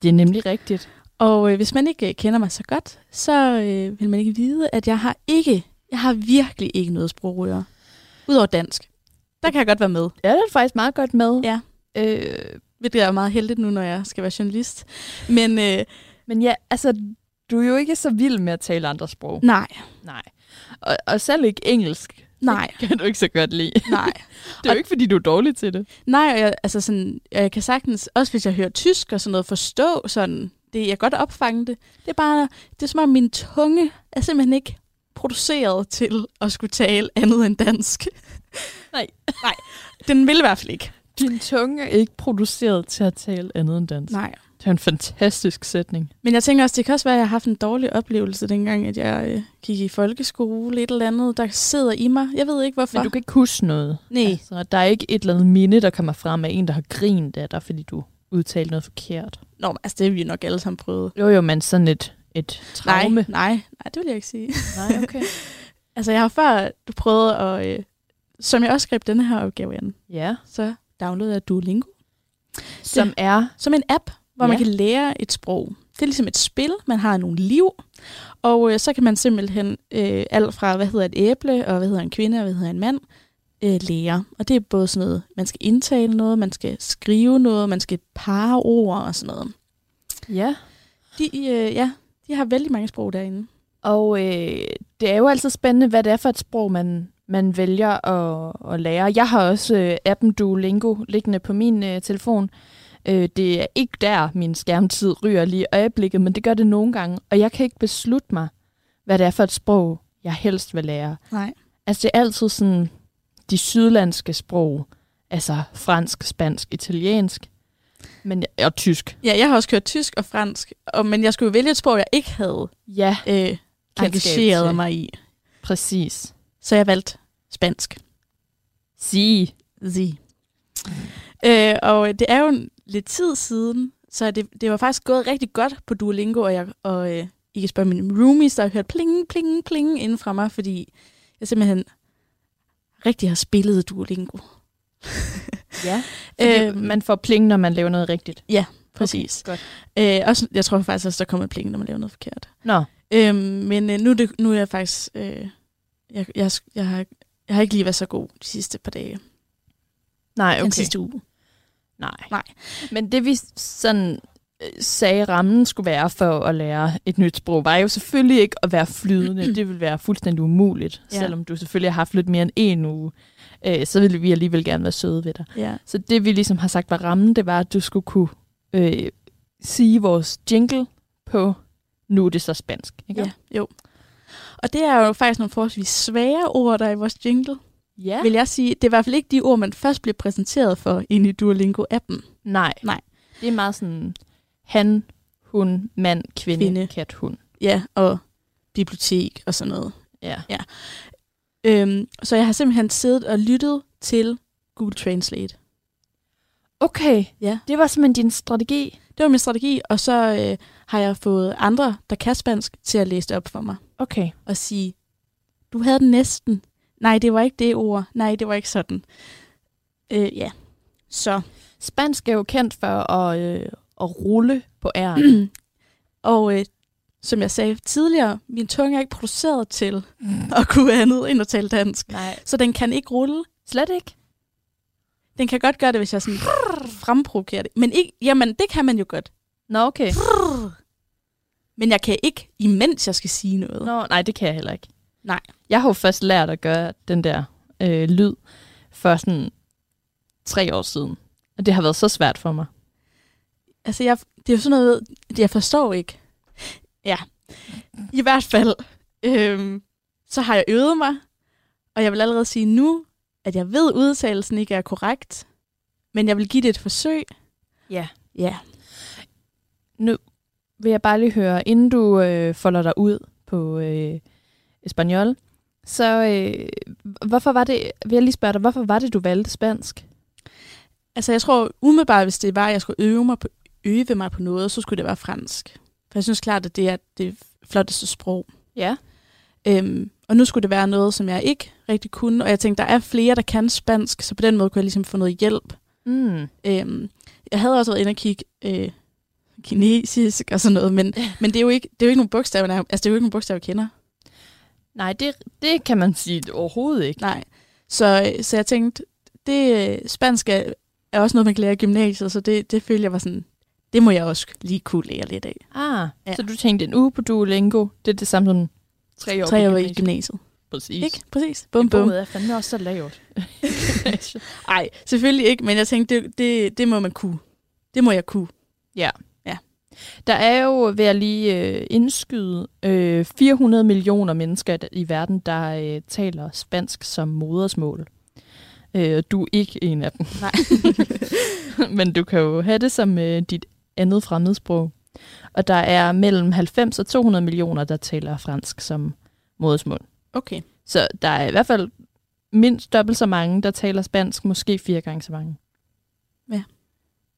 Speaker 4: Det er nemlig rigtigt.
Speaker 5: Og øh, hvis man ikke øh, kender mig så godt, så øh, vil man ikke vide, at jeg har ikke, jeg har virkelig ikke noget sprogrøre. Udover dansk. Der kan jeg godt være med.
Speaker 4: Ja, det er faktisk meget godt med.
Speaker 5: Ja.
Speaker 4: Øh,
Speaker 5: Hvilket er meget heldigt nu, når jeg skal være journalist. Men øh,
Speaker 4: men ja, altså, du er jo ikke så vild med at tale andre sprog.
Speaker 5: nej,
Speaker 4: Nej. Og, og selv ikke engelsk.
Speaker 5: nej,
Speaker 4: Det kan du ikke så godt lide.
Speaker 5: nej.
Speaker 4: Det er jo ikke, fordi du er dårlig til det.
Speaker 5: Nej, og jeg, altså sådan, og jeg kan sagtens, også hvis jeg hører tysk og sådan noget, forstå sådan, det, jeg kan godt opfange det. Det er bare, det er som om min tunge er simpelthen ikke produceret til at skulle tale andet end dansk.
Speaker 4: Nej.
Speaker 5: Nej, den vil i hvert fald ikke.
Speaker 4: Din tunge er ikke produceret til at tale andet end dansk.
Speaker 5: Nej.
Speaker 4: Det er en fantastisk sætning.
Speaker 5: Men jeg tænker også, det kan også være, at jeg har haft en dårlig oplevelse dengang, at jeg øh, gik i folkeskole, et eller andet, der sidder i mig. Jeg ved ikke, hvorfor.
Speaker 4: Men du kan ikke huske noget.
Speaker 5: Nej.
Speaker 4: Altså, der er ikke et eller andet minde, der kommer frem af en, der har grint af dig, fordi du udtalte noget forkert.
Speaker 5: Nå, men altså, det har vi nok alle sammen prøvet.
Speaker 4: Jo jo, men sådan et, et traume.
Speaker 5: Nej, nej, nej, det vil jeg ikke sige.
Speaker 4: Nej, okay.
Speaker 5: Altså, jeg har før prøvet at... Øh, som jeg også skrev den her opgave an,
Speaker 4: ja,
Speaker 5: så downloadede jeg Duolingo.
Speaker 4: som er...
Speaker 5: Som en app, hvor ja. man
Speaker 4: Ja.
Speaker 5: kan lære et sprog. Det er ligesom et spil, man har nogle liv, og øh, så kan man simpelthen øh, alt fra, hvad hedder et æble, og hvad hedder en kvinde, og hvad hedder en mand, øh, lære. Og det er både sådan noget, man skal indtale noget, man skal skrive noget, man skal pare ord og sådan noget.
Speaker 4: Ja.
Speaker 5: De, øh, ja, de har vældig mange sprog derinde.
Speaker 4: Og øh, det er jo altid spændende, hvad det er for et sprog, man, man vælger at, at lære. Jeg har også øh, appen Duolingo liggende på min øh, telefon. Øh, det er ikke der, min skærmtid ryger lige i øjeblikket, men det gør det nogle gange. Og jeg kan ikke beslutte mig, hvad det er for et sprog, jeg helst vil lære.
Speaker 5: Nej.
Speaker 4: Altså det er altid sådan de sydlandske sprog, altså fransk, spansk, italiensk men, og tysk.
Speaker 5: Ja, jeg har også kørt tysk og fransk, og, men jeg skulle jo vælge et sprog, jeg ikke havde
Speaker 4: Ja,
Speaker 5: øh,
Speaker 4: til.
Speaker 5: engageret mig i.
Speaker 4: præcis.
Speaker 5: Så jeg valgte spansk.
Speaker 4: Sige.
Speaker 5: Z. Øh, og det er jo en- lidt tid siden, så det, det var faktisk gået rigtig godt på Duolingo, og, jeg, og øh, I kan spørge mine roomies, der har hørt pling, pling, pling inden fra mig, fordi jeg simpelthen rigtig har spillet Duolingo.
Speaker 4: Ja, fordi øh, man får pling, når man laver noget rigtigt.
Speaker 5: Præcis.
Speaker 4: Okay, godt.
Speaker 5: Øh, også, jeg tror faktisk også, der kommer et pling, når man laver noget forkert.
Speaker 4: Nå,
Speaker 5: Øhm, men øh, nu, er det, nu er jeg faktisk... Øh, jeg, jeg, jeg, har, jeg har ikke lige været så god de sidste par dage. Okay.
Speaker 4: nej, okay.
Speaker 5: Den sidste uge.
Speaker 4: Nej.
Speaker 5: Nej.
Speaker 4: Men det vi sådan øh, sagde, rammen skulle være for at lære et nyt sprog, var jo selvfølgelig ikke at være flydende. Det ville være fuldstændig umuligt,
Speaker 5: Ja.
Speaker 4: ja. selvom du selvfølgelig har haft lidt mere end en uge. Øh, så ville vi alligevel gerne være søde ved dig.
Speaker 5: Ja.
Speaker 4: Så det vi ligesom har sagt var rammen, det var, at du skulle kunne øh, sige vores jingle på, nu er det så spansk. Ikke?
Speaker 5: ja. Jo. Og det er jo faktisk nogle forholdsvis svære ord, der er i vores jingle.
Speaker 4: ja.
Speaker 5: Ja. Vil jeg sige, det er i hvert fald ikke de ord, man først bliver præsenteret for inde i Duolingo-appen.
Speaker 4: Nej.
Speaker 5: Nej.
Speaker 4: Det er meget sådan, han, hun, mand, kvinde,
Speaker 5: Kvinde.
Speaker 4: kvinde. kat, hun.
Speaker 5: Ja, og bibliotek og sådan noget.
Speaker 4: Ja.
Speaker 5: Øhm, så jeg har simpelthen siddet og lyttet til Google Translate.
Speaker 4: Okay,
Speaker 5: Ja.
Speaker 4: det var simpelthen din strategi.
Speaker 5: Det var min strategi, og så øh, har jeg fået andre, der kan spansk, til at læse det op for mig.
Speaker 4: Okay.
Speaker 5: og sige, du havde den næsten. Nej, det var ikke det ord. Nej, det var ikke sådan. Øh, ja. Så.
Speaker 4: Spansk er jo kendt for at, øh, at rulle på æren.
Speaker 5: og øh, som jeg sagde tidligere, min tunge er ikke produceret til at kunne andet end at tale dansk.
Speaker 4: Nej.
Speaker 5: Så den kan ikke rulle.
Speaker 4: Slet ikke.
Speaker 5: Den kan godt gøre det, hvis jeg sådan fremprovokerer det. Men ikke, jamen, det kan man jo godt.
Speaker 4: Nå, okay.
Speaker 5: Men jeg kan ikke, imens jeg skal sige noget.
Speaker 4: Nå, nej, det kan jeg heller ikke.
Speaker 5: Nej.
Speaker 4: Jeg har jo først lært at gøre den der øh, lyd for sådan tre år siden. Og det har været så svært for mig.
Speaker 5: Altså, jeg, det er jo sådan noget, jeg forstår ikke. Ja. I hvert fald, øhm, så har jeg øvet mig, og jeg vil allerede sige nu, at jeg ved, at udtalelsen ikke er korrekt, men jeg vil give det et forsøg.
Speaker 4: Ja.
Speaker 5: Ja.
Speaker 4: Vil jeg bare lige høre, inden du øh, folder dig ud på øh, Espanol, så øh, hvorfor var det, vil jeg lige spørge dig, hvorfor var det, du valgte spansk?
Speaker 5: Altså, jeg tror umiddelbart, hvis det var, at jeg skulle øve mig på, øve mig på noget, så skulle det være fransk. For jeg synes klart, at det er det flotteste sprog.
Speaker 4: Ja.
Speaker 5: Øhm, og nu skulle det være noget, som jeg ikke rigtig kunne, og jeg tænkte, der er flere, der kan spansk, så på den måde kunne jeg ligesom få noget hjælp.
Speaker 4: Mm.
Speaker 5: Øhm, jeg havde også været inde og kigge øh, kinesisk og sådan noget, men, men det, er jo ikke, det er jo ikke nogle bogstaver, der, altså det er jo ikke nogle bogstaver, jeg kender.
Speaker 4: Nej, det, det kan man sige overhovedet ikke.
Speaker 5: Nej. Så, øh, så jeg tænkte, det øh, spansk er, er også noget, man kan lære i gymnasiet, så det, det følte jeg var sådan, det må jeg også lige kunne lære lidt af.
Speaker 4: Ah,
Speaker 5: Ja.
Speaker 4: ja. så du tænkte en uge på Duolingo, det er det samme som tre år
Speaker 5: Tre
Speaker 4: på
Speaker 5: år i gymnasiet.
Speaker 4: Præcis.
Speaker 5: Ikke? Præcis. Bum, bum.
Speaker 4: er fandme også så lavt.
Speaker 5: Nej, selvfølgelig ikke, men jeg tænkte, det, det, det må man kunne. Det må jeg kunne.
Speaker 4: Der er jo ved at lige øh, indskyde øh, 400 millioner mennesker i- i verden, der øh, taler spansk som modersmål. Øh, og du er ikke en af dem.
Speaker 5: Nej.
Speaker 4: Men du kan jo have det som øh, dit andet fremmedsprog. Og der er mellem 90 og 200 millioner, der taler fransk som modersmål.
Speaker 5: Okay.
Speaker 4: Så der er i hvert fald mindst dobbelt så mange, der taler spansk, måske fire gange så mange.
Speaker 5: Ja.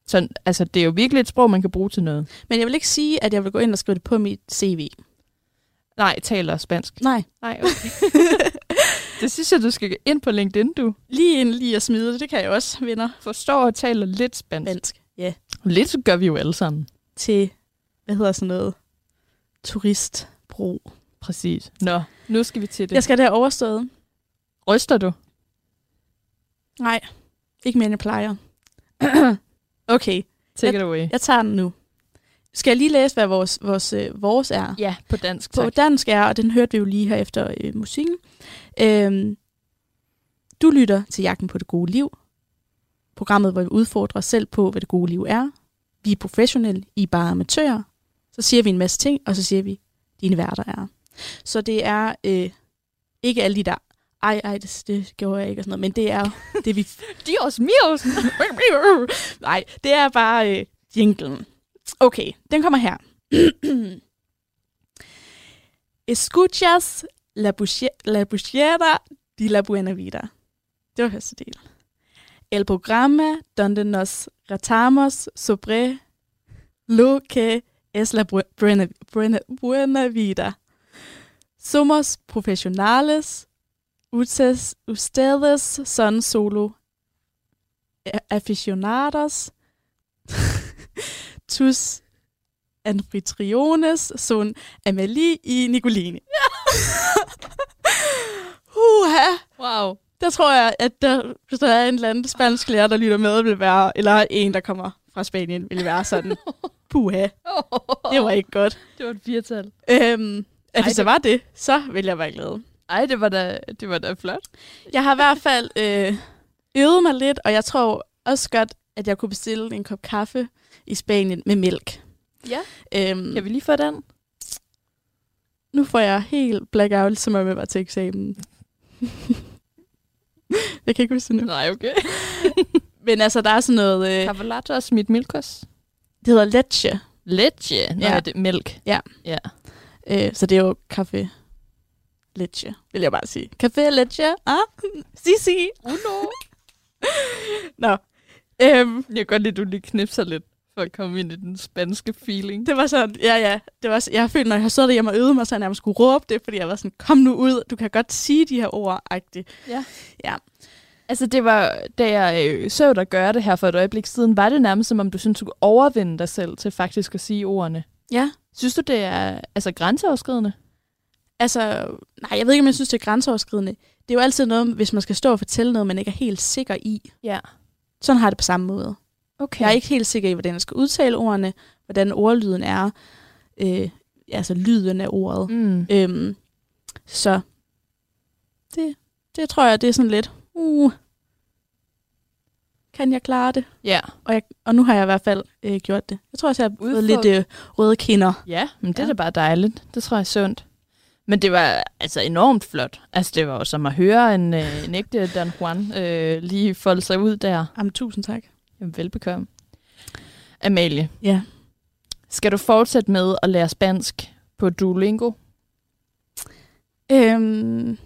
Speaker 4: Så altså, det er jo virkelig et sprog, man kan bruge til noget.
Speaker 5: Men jeg vil ikke sige, at jeg vil gå ind og skrive det på mit CV.
Speaker 4: Nej, taler spansk.
Speaker 5: Nej.
Speaker 4: Nej, okay. det synes jeg, du skal ind på LinkedIn, du.
Speaker 5: Lige ind lige at smide det, det kan jeg også, venner.
Speaker 4: Forstår og taler lidt spansk.
Speaker 5: Dansk. Ja.
Speaker 4: Lidt gør vi jo alle sammen.
Speaker 5: Til, hvad hedder sådan noget? Turistbro.
Speaker 4: Præcis. Nå, nu skal vi til det.
Speaker 5: Jeg skal der overstået.
Speaker 4: Ryster du?
Speaker 5: Nej, ikke mere end jeg plejer. okay,
Speaker 4: Take it away.
Speaker 5: jeg tager den nu. Skal jeg lige læse, hvad vores, vores, øh, vores er?
Speaker 4: Ja, på dansk,
Speaker 5: På
Speaker 4: tak.
Speaker 5: dansk er, og den hørte vi jo lige her efter øh, musikken. Øhm, du lytter til Jagten på det gode liv. Programmet, hvor vi udfordrer os selv på, hvad det gode liv er. Vi er professionelle, I er bare amatører. Så siger vi en masse ting, og så siger vi, dine værter er. Så det er øh, ikke alle de der, ej, ej, det, det gjorde jeg ikke, og sådan noget, men det er det, vi
Speaker 4: Dios mios!
Speaker 5: Nej, det er bare øh, jinglen. Okay, den kommer her. Escuchas la, buche- la buchera de la buena vida. Det var første del. El programa donde nos retamos sobre lo que es la bu- buena, buena, buena vida. Somos profesionales. Ustedes, ustedes son solo a- aficionados, tus anfitriones, son Amalie i Nicoline. Uha,
Speaker 4: Wow.
Speaker 5: der tror jeg, at der, hvis der er en eller anden spansk lærer, der lytter med, vil være, eller en, der kommer fra Spanien, vil være sådan, puha, det var ikke godt.
Speaker 4: det var et firtal.
Speaker 5: Øhm, at
Speaker 4: Ej,
Speaker 5: hvis det
Speaker 4: det-
Speaker 5: var det, så vil jeg være glad.
Speaker 4: Ej, det var da, det var da flot.
Speaker 5: Jeg har i hvert fald øh, øvet mig lidt, og jeg tror også godt, at jeg kunne bestille en kop kaffe i Spanien med mælk.
Speaker 4: Ja.
Speaker 5: Øhm,
Speaker 4: Kan vi lige få den?
Speaker 5: Nu får jeg helt blackout, som om jeg var til eksamen. jeg kan ikke huske det nu.
Speaker 4: Nej, okay.
Speaker 5: Men altså, der er sådan noget... Øh, det
Speaker 4: Cavalato og smidt milkos.
Speaker 5: hedder leche.
Speaker 4: Leche. Nå,
Speaker 5: Ja.
Speaker 4: ja. det er mælk.
Speaker 5: Ja.
Speaker 4: ja.
Speaker 5: Øh, så det er jo kaffe leche, vil jeg bare sige. Kaffe leche, ah? Si, si.
Speaker 4: Uno.
Speaker 5: Nå. Øhm,
Speaker 4: øhm, Jeg kan godt lide, at du lige knipser lidt. for at komme ind i den spanske feeling.
Speaker 5: Det var sådan, ja, ja. Det var, så- jeg har følt, når jeg har siddet derhjemme og øvet mig, så har jeg nærmest skulle råbe det, fordi jeg var sådan, kom nu ud, du kan godt sige de her ord, agtigt.
Speaker 4: Altså, det var, da jeg øh, så dig gøre det her for et øjeblik siden, var det nærmest, som om du synes, du kunne overvinde dig selv til faktisk at sige ordene.
Speaker 5: Ja.
Speaker 4: Synes du, det er altså grænseoverskridende?
Speaker 5: Altså, nej, jeg ved ikke, om jeg synes, det er grænseoverskridende. Det er jo altid noget, hvis man skal stå og fortælle noget, man ikke er helt sikker i.
Speaker 4: Ja.
Speaker 5: Sådan har jeg det på samme måde.
Speaker 4: Okay.
Speaker 5: Jeg er ikke helt sikker i, hvordan jeg skal udtale ordene, hvordan ordlyden er, øh, altså lyden af ordet.
Speaker 4: Mm.
Speaker 5: Øhm, så det, det tror jeg, det er sådan lidt, uh, kan jeg klare det?
Speaker 4: Ja.
Speaker 5: Og, jeg, og nu har jeg i hvert fald øh, gjort det. Jeg tror også, jeg har fået
Speaker 4: Udfordret.
Speaker 5: lidt øh, røde kinder.
Speaker 4: Ja, men det ja. er
Speaker 5: Ja.
Speaker 4: da bare dejligt. Det tror jeg er sundt. Men det var altså enormt flot. Altså, det var jo som at høre en, øh, en ægte Don Juan øh, lige folde sig ud der.
Speaker 5: Jamen, tusind tak.
Speaker 4: Jamen, velbekomme. Amalie,
Speaker 5: Ja.
Speaker 4: skal du fortsætte med at lære spansk på Duolingo?
Speaker 5: Øhm,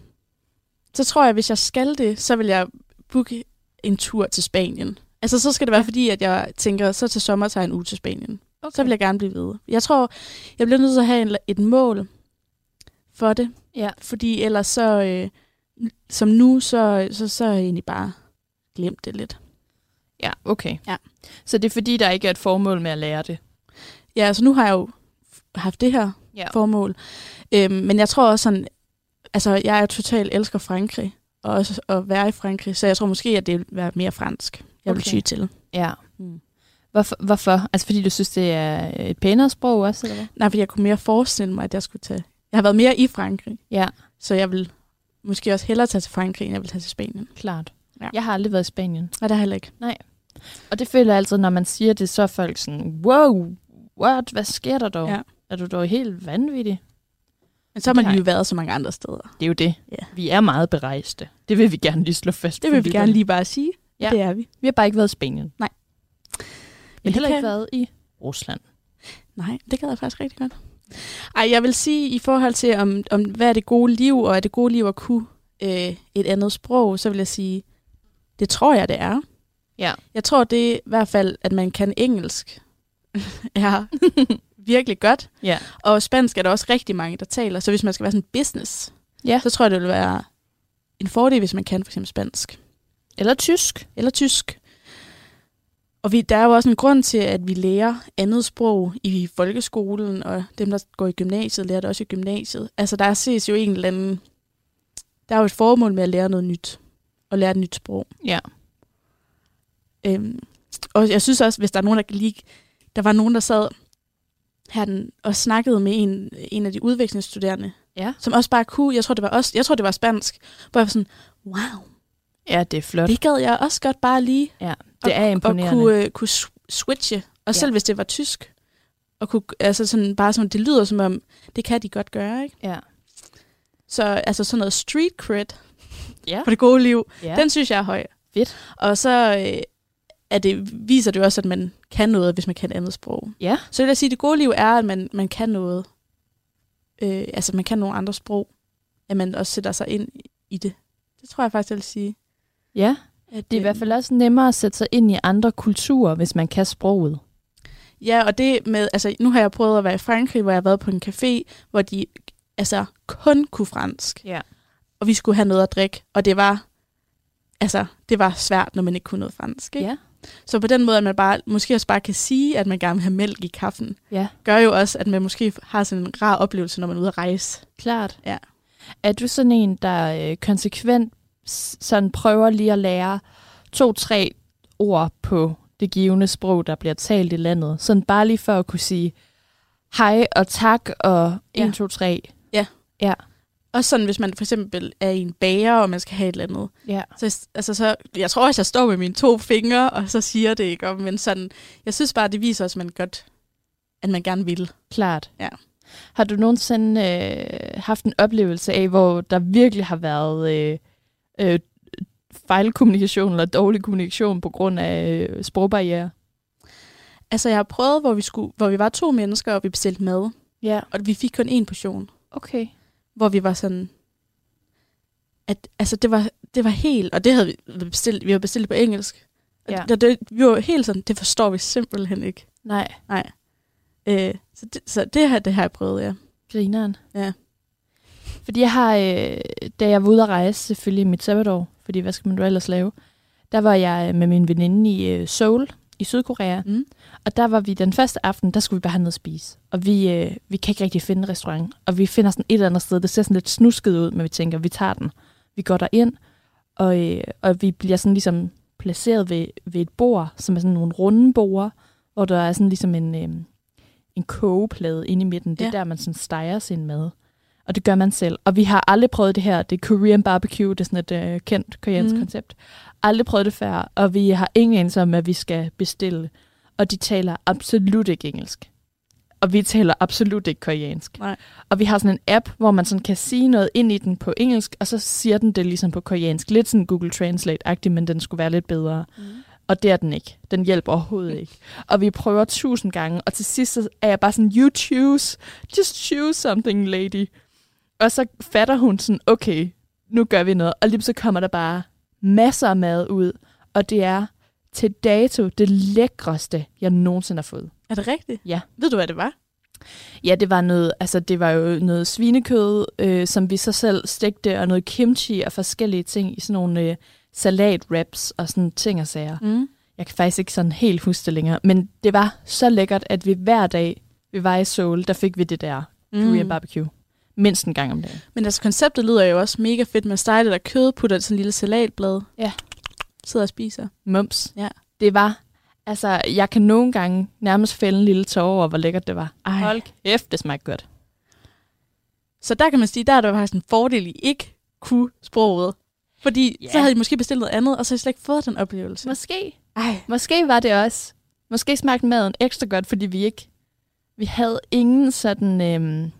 Speaker 5: så tror jeg, hvis jeg skal det, så vil jeg booke en tur til Spanien. Altså, så skal det være fordi, at jeg tænker, så til sommer tager jeg en uge til Spanien. Okay. Så vil jeg gerne blive ved. Jeg tror, jeg bliver nødt til at have en, et mål for det.
Speaker 4: Ja.
Speaker 5: Fordi ellers så, øh, som nu, så, så, så er jeg egentlig bare glemt det lidt.
Speaker 4: Ja, okay.
Speaker 5: Ja.
Speaker 4: Så det er fordi, der ikke er et formål med at lære det?
Speaker 5: Ja, altså nu har jeg jo haft det her
Speaker 4: Ja.
Speaker 5: formål. Øhm, men jeg tror også sådan, altså jeg er totalt elsker Frankrig, og også at være i Frankrig, så jeg tror måske, at det vil være mere fransk, jeg okay. vil
Speaker 4: Okay.
Speaker 5: ty til.
Speaker 4: Ja.
Speaker 5: Mm.
Speaker 4: Hvorfor, hvorfor? Altså, fordi du synes, det er et pænere sprog også, eller hvad?
Speaker 5: Nej, for jeg kunne mere forestille mig, at jeg skulle tage... Jeg har været mere i Frankrig,
Speaker 4: Ja.
Speaker 5: så jeg vil måske også hellere tage til Frankrig, end jeg vil tage til Spanien.
Speaker 4: Klart.
Speaker 5: Ja.
Speaker 4: Jeg har aldrig været i Spanien.
Speaker 5: Nej, det har jeg heller ikke.
Speaker 4: Og det føler jeg altid, når man siger det, så er folk sådan, wow, what, hvad sker der dog?
Speaker 5: Ja.
Speaker 4: Er du dog helt vanvittig?
Speaker 5: Men så har man
Speaker 4: Nej.
Speaker 5: jo været så mange andre steder.
Speaker 4: Det er jo det.
Speaker 5: Ja.
Speaker 4: Vi er meget berejste. Det vil vi gerne lige slå fast.
Speaker 5: Det
Speaker 4: for
Speaker 5: vil vi
Speaker 4: lytterne.
Speaker 5: gerne lige bare sige.
Speaker 4: Ja.
Speaker 5: Ja. Det er vi.
Speaker 4: Vi har bare ikke været i Spanien.
Speaker 5: Nej.
Speaker 4: Vi har
Speaker 5: Men
Speaker 4: heller
Speaker 5: det
Speaker 4: ikke
Speaker 5: kan-
Speaker 4: været i Rusland.
Speaker 5: Nej, det gad jeg faktisk rigtig godt. Ej, jeg vil sige i forhold til, om, om hvad er det gode liv, og er det gode liv at kunne øh, et andet sprog, så vil jeg sige, det tror jeg, det er.
Speaker 4: Ja.
Speaker 5: Jeg tror det er i hvert fald, at man kan engelsk er virkelig godt.
Speaker 4: Ja.
Speaker 5: Og spansk er der også rigtig mange, der taler. Så hvis man skal være sådan business,
Speaker 4: Ja.
Speaker 5: så tror jeg, det vil være en fordel, hvis man kan for eksempel spansk
Speaker 4: Eller tysk.
Speaker 5: eller tysk. Og vi, der er jo også en grund til, at vi lærer andet sprog i folkeskolen, og dem, der går i gymnasiet, lærer det også i gymnasiet. Altså, der ses jo en eller anden... Der er jo et formål med at lære noget nyt, og lære et nyt sprog.
Speaker 4: Ja.
Speaker 5: Øhm, og jeg synes også, hvis der er nogen, der kan lige... Der var nogen, der sad her den, og snakkede med en, en af de udvekslingsstuderende,
Speaker 4: Ja.
Speaker 5: som også bare kunne... Jeg tror, det var, også, jeg tror, det var spansk, hvor jeg var sådan, wow,
Speaker 4: Ja, det er flot.
Speaker 5: det gad jeg også godt bare lige
Speaker 4: Det er
Speaker 5: og
Speaker 4: imponerende.
Speaker 5: kunne, øh, kunne sw- switche. Og
Speaker 4: Ja.
Speaker 5: selv hvis det var tysk, og kunne, altså sådan, bare som, det lyder som om, det kan de godt gøre, ikke?
Speaker 4: Ja.
Speaker 5: Så altså sådan noget street cred
Speaker 4: Ja.
Speaker 5: for det gode liv,
Speaker 4: ja.
Speaker 5: ja. den synes jeg er høj.
Speaker 4: Fedt.
Speaker 5: Og så øh, er det, viser det jo også, at man kan noget, hvis man kan et andet sprog.
Speaker 4: Ja.
Speaker 5: Så vil jeg sige, at det gode liv er, at man, man kan noget. Øh, altså, man kan nogle andre sprog. At man også sætter sig ind i det. Det tror jeg faktisk, jeg vil sige.
Speaker 4: ja.
Speaker 5: At,
Speaker 4: Det er i
Speaker 5: øh,
Speaker 4: hvert fald også nemmere at sætte sig ind i andre kulturer, hvis man kan sproget.
Speaker 5: Ja, og det med, altså nu har jeg prøvet at være i Frankrig, hvor jeg har været på en café, hvor de altså kun kunne fransk.
Speaker 4: Ja.
Speaker 5: Og vi skulle have noget at drikke, og det var, altså det var svært, når man ikke kunne noget fransk. Ikke?
Speaker 4: Ja.
Speaker 5: Så på den måde, at man bare, måske også bare kan sige, at man gerne vil have mælk i kaffen,
Speaker 4: Ja.
Speaker 5: gør jo også, at man måske har sådan en rar oplevelse, når man er ude at rejse.
Speaker 4: Klart.
Speaker 5: Ja.
Speaker 4: Er du sådan en, der øh, konsekvent s- sådan prøver lige at lære to-tre ord på det givende sprog, der bliver talt i landet? Sådan bare lige for at kunne sige hej og tak og
Speaker 5: Ja.
Speaker 4: 1, 2, 3.
Speaker 5: Også sådan, hvis man for eksempel er i en bager, og man skal have et eller andet.
Speaker 4: Ja.
Speaker 5: Så, altså, så, jeg tror også, jeg står med mine to fingre, og så siger det ikke om, men sådan, jeg synes bare, det viser også, at man godt, at man gerne vil.
Speaker 4: Klart.
Speaker 5: Ja.
Speaker 4: Har du nogensinde øh, haft en oplevelse af, hvor der virkelig har været øh, øh, fejlkommunikation eller dårlig kommunikation på grund af øh, sprogbarriere?
Speaker 5: Altså, jeg har prøvet, hvor vi, skulle, hvor vi var to mennesker, og vi bestilte mad.
Speaker 4: Ja.
Speaker 5: Og vi fik kun én portion,
Speaker 4: Okay.
Speaker 5: hvor vi var sådan... At, altså, det var, det var helt... Og det havde vi bestilt, vi havde bestilt på engelsk.
Speaker 4: Ja.
Speaker 5: Og det, vi var helt sådan, det forstår vi simpelthen ikke.
Speaker 4: Nej,
Speaker 5: Nej. Øh, så, det, så det her, det har jeg prøvet, ja.
Speaker 4: grineren.
Speaker 5: Ja.
Speaker 4: Fordi jeg har, øh, da jeg var ude at rejse, selvfølgelig i mit sabbatår, fordi hvad skal man jo ellers lave, der var jeg øh, med min veninde i øh, Seoul i Sydkorea,
Speaker 5: Mm.
Speaker 4: og der var vi den første aften, der skulle vi bare have noget at spise. Og vi, øh, vi kan ikke rigtig finde en restaurant, og vi finder sådan et eller andet sted, det ser sådan lidt snusket ud, men vi tænker, vi tager den. Vi går derind, og, øh, og vi bliver sådan ligesom placeret ved, ved et bord, som er sådan nogle runde bord, hvor der er sådan ligesom en, øh, en kogeplade inde i midten. Det er
Speaker 5: Ja.
Speaker 4: der, man sådan steger sin mad. Og det gør man selv. Og vi har aldrig prøvet det her. Det er Korean barbecue. Det er sådan et øh, kendt koreansk
Speaker 5: Mm.
Speaker 4: mm. koncept. Aldrig prøvet det før. Og vi har ingen anelse om, at vi skal bestille. Og de taler absolut ikke engelsk. Og vi taler absolut ikke koreansk.
Speaker 5: Nej.
Speaker 4: Og vi har sådan en app, hvor man sådan kan sige noget ind i den på engelsk, og så siger den det ligesom på koreansk. Lidt sådan Google Translate-agtigt, men den skulle være lidt bedre. Og det er den ikke. Den hjælper overhovedet ikke. Og vi prøver tusind gange, og til sidst så er jeg bare sådan, you choose, just choose something, lady. Og så fatter hun sådan, okay, nu gør vi noget. Og lige så kommer der bare masser af mad ud, og det er til dato det lækreste, jeg nogensinde har fået.
Speaker 5: Er det rigtigt?
Speaker 4: Ja.
Speaker 5: Ved du, hvad det var?
Speaker 4: Ja, det var noget, altså det var jo noget svinekød, øh, som vi så selv stegte, og noget kimchi og forskellige ting i sådan nogle øh, salat-wraps og sådan ting og sager.
Speaker 5: Mm.
Speaker 4: Jeg kan faktisk ikke sådan helt huske det længere, men det var så lækkert, at vi hver dag, vi var i Seoul, der fik vi det der Korean barbecue. Mindst en gang om dagen.
Speaker 5: Men altså, konceptet lyder jo også mega fedt. Man steger det der kød, putter det i sådan en lille salatblad.
Speaker 4: Ja.
Speaker 5: Sidder og spiser.
Speaker 4: Mums.
Speaker 5: Ja.
Speaker 4: Det var, altså jeg kan nogle gange nærmest fælde en lille tårer over, hvor lækkert det var.
Speaker 5: Ej.
Speaker 4: Hold kæft, det smagte godt.
Speaker 5: Så der kan man sige, der er der faktisk en fordel, I ikke kunne sproget. Fordi yeah. så
Speaker 4: Ja.
Speaker 5: havde I måske bestilt noget andet, og så har I slet ikke fået den oplevelse.
Speaker 4: Måske.
Speaker 5: Ej.
Speaker 4: Måske var det også. Måske smagte maden ekstra godt, fordi vi ikke, vi havde ingen sådan øhm,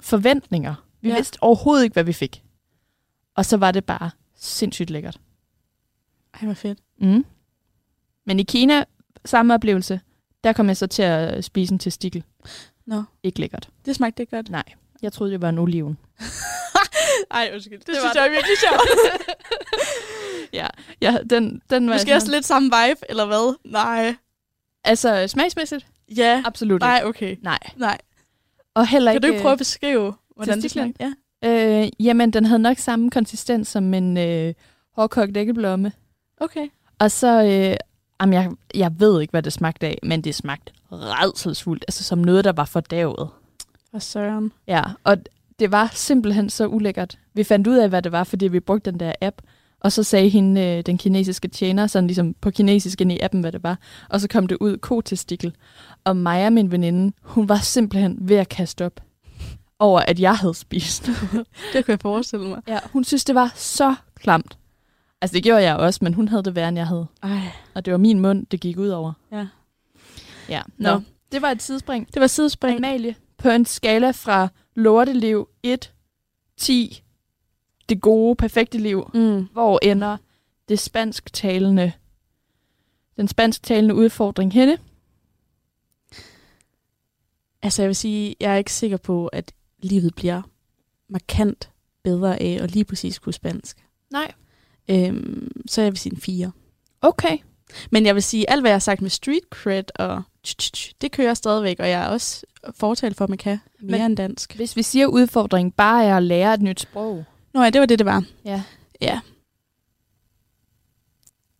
Speaker 4: forventninger. Vi
Speaker 5: Ja.
Speaker 4: ja. vidste overhovedet ikke, hvad vi fik. Og så var det bare sindssygt lækkert.
Speaker 5: Ej, hvor fedt.
Speaker 4: Mm. Men i Kina, samme oplevelse, der kom jeg så til at spise en testikel.
Speaker 5: Nå.
Speaker 4: Ikke lækkert.
Speaker 5: Det smagte ikke godt.
Speaker 4: Nej. Jeg troede, det var en oliven.
Speaker 5: Ej, undskyld. Det, det
Speaker 4: var
Speaker 5: synes
Speaker 4: det.
Speaker 5: jeg er virkelig sjovt.
Speaker 4: ja, ja den, den var...
Speaker 5: Måske også lidt samme vibe, eller hvad? Nej.
Speaker 4: Altså, smagsmæssigt?
Speaker 5: Ja.
Speaker 4: Absolut
Speaker 5: Nej,
Speaker 4: ikke.
Speaker 5: okay.
Speaker 4: Nej.
Speaker 5: Nej.
Speaker 4: Og heller
Speaker 5: Kan
Speaker 4: ikke...
Speaker 5: du ikke prøve at beskrive, hvordan det
Speaker 4: testiklen?
Speaker 5: smagte? Ja.
Speaker 4: Øh, jamen, den havde nok samme konsistens som en øh, hårdkogt æggeblomme.
Speaker 5: Okay.
Speaker 4: Og så... Øh, jamen, jeg, jeg ved ikke, hvad det smagte af, men det smagte redselsfuldt. Altså, som noget, der var fordavet.
Speaker 5: Og søren.
Speaker 4: Ja, og det var simpelthen så ulækkert. Vi fandt ud af, hvad det var, fordi vi brugte den der app. Og så sagde hende, øh, den kinesiske tjener, sådan ligesom på kinesisk ind i appen, hvad det var. Og så kom det ud kotestikel. Og Maja, min veninde, hun var simpelthen ved at kaste op over, at jeg havde spist.
Speaker 5: Det kunne jeg forestille mig.
Speaker 4: ja, hun synes, det var så klamt. Altså, det gjorde jeg også, men hun havde det værre, end jeg havde.
Speaker 5: Ej.
Speaker 4: Og det var min mund, det gik ud over.
Speaker 5: Ja.
Speaker 4: Ja,
Speaker 5: Nå.
Speaker 4: nå. nå. Det var et sidespring.
Speaker 5: Det var sidespring.
Speaker 4: Amalie på en skala fra lorteliv 1, 10, det gode, perfekte liv,
Speaker 5: Mm.
Speaker 4: hvor ender det spansktalende, den spansktalende udfordring henne?
Speaker 5: Altså, jeg vil sige, jeg er ikke sikker på, at livet bliver markant bedre af at lige præcis kunne spansk.
Speaker 4: Nej.
Speaker 5: Øhm, så jeg vil sige en 4.
Speaker 4: Okay.
Speaker 5: Men jeg vil sige, alt hvad jeg har sagt med street cred og tch, tch, tch, det kører stadigvæk, og jeg er også fortalt for, at man kan mere
Speaker 4: Men-
Speaker 5: end dansk.
Speaker 4: Hvis vi siger, at udfordringen bare er at lære et nyt sprog.
Speaker 5: Nå ja, det var det, det var.
Speaker 4: Ja.
Speaker 5: Ja.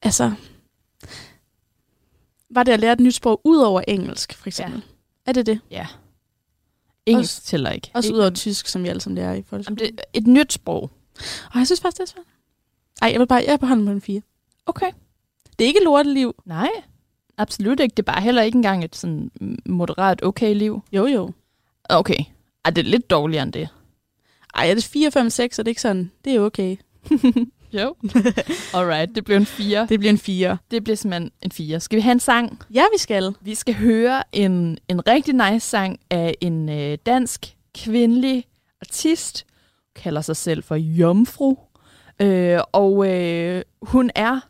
Speaker 5: Altså, var det at lære et nyt sprog ud over engelsk, for eksempel? Ja. Er det det?
Speaker 4: Engelsk også, tæller ikke.
Speaker 5: Også
Speaker 4: Ikke-
Speaker 5: ud over tysk, som vi alle sammen lærer i
Speaker 4: Jamen,
Speaker 5: folkeskolen?
Speaker 4: det, et nyt sprog.
Speaker 5: Og jeg synes faktisk, det er svært. Ej, jeg vil bare, jeg er på hånden på en 4.
Speaker 4: Okay.
Speaker 5: Det er ikke lorteliv.
Speaker 4: Nej, absolut ikke. Det er bare heller ikke engang et sådan moderat okay liv.
Speaker 5: Jo, jo.
Speaker 4: Okay. Ej, det er lidt dårligere end det.
Speaker 5: Ej, er det 4, 5, 6, er det ikke sådan? Det er okay.
Speaker 4: Jo. Alright, det blev en 4.
Speaker 5: Det bliver en 4.
Speaker 4: Det bliver simpelthen en 4. Skal vi have en sang?
Speaker 5: Ja, vi skal.
Speaker 4: Vi skal høre en, en rigtig nice sang af en øh, dansk kvindelig artist. Hun kalder sig selv for Jomfru. Øh, og øh, hun er,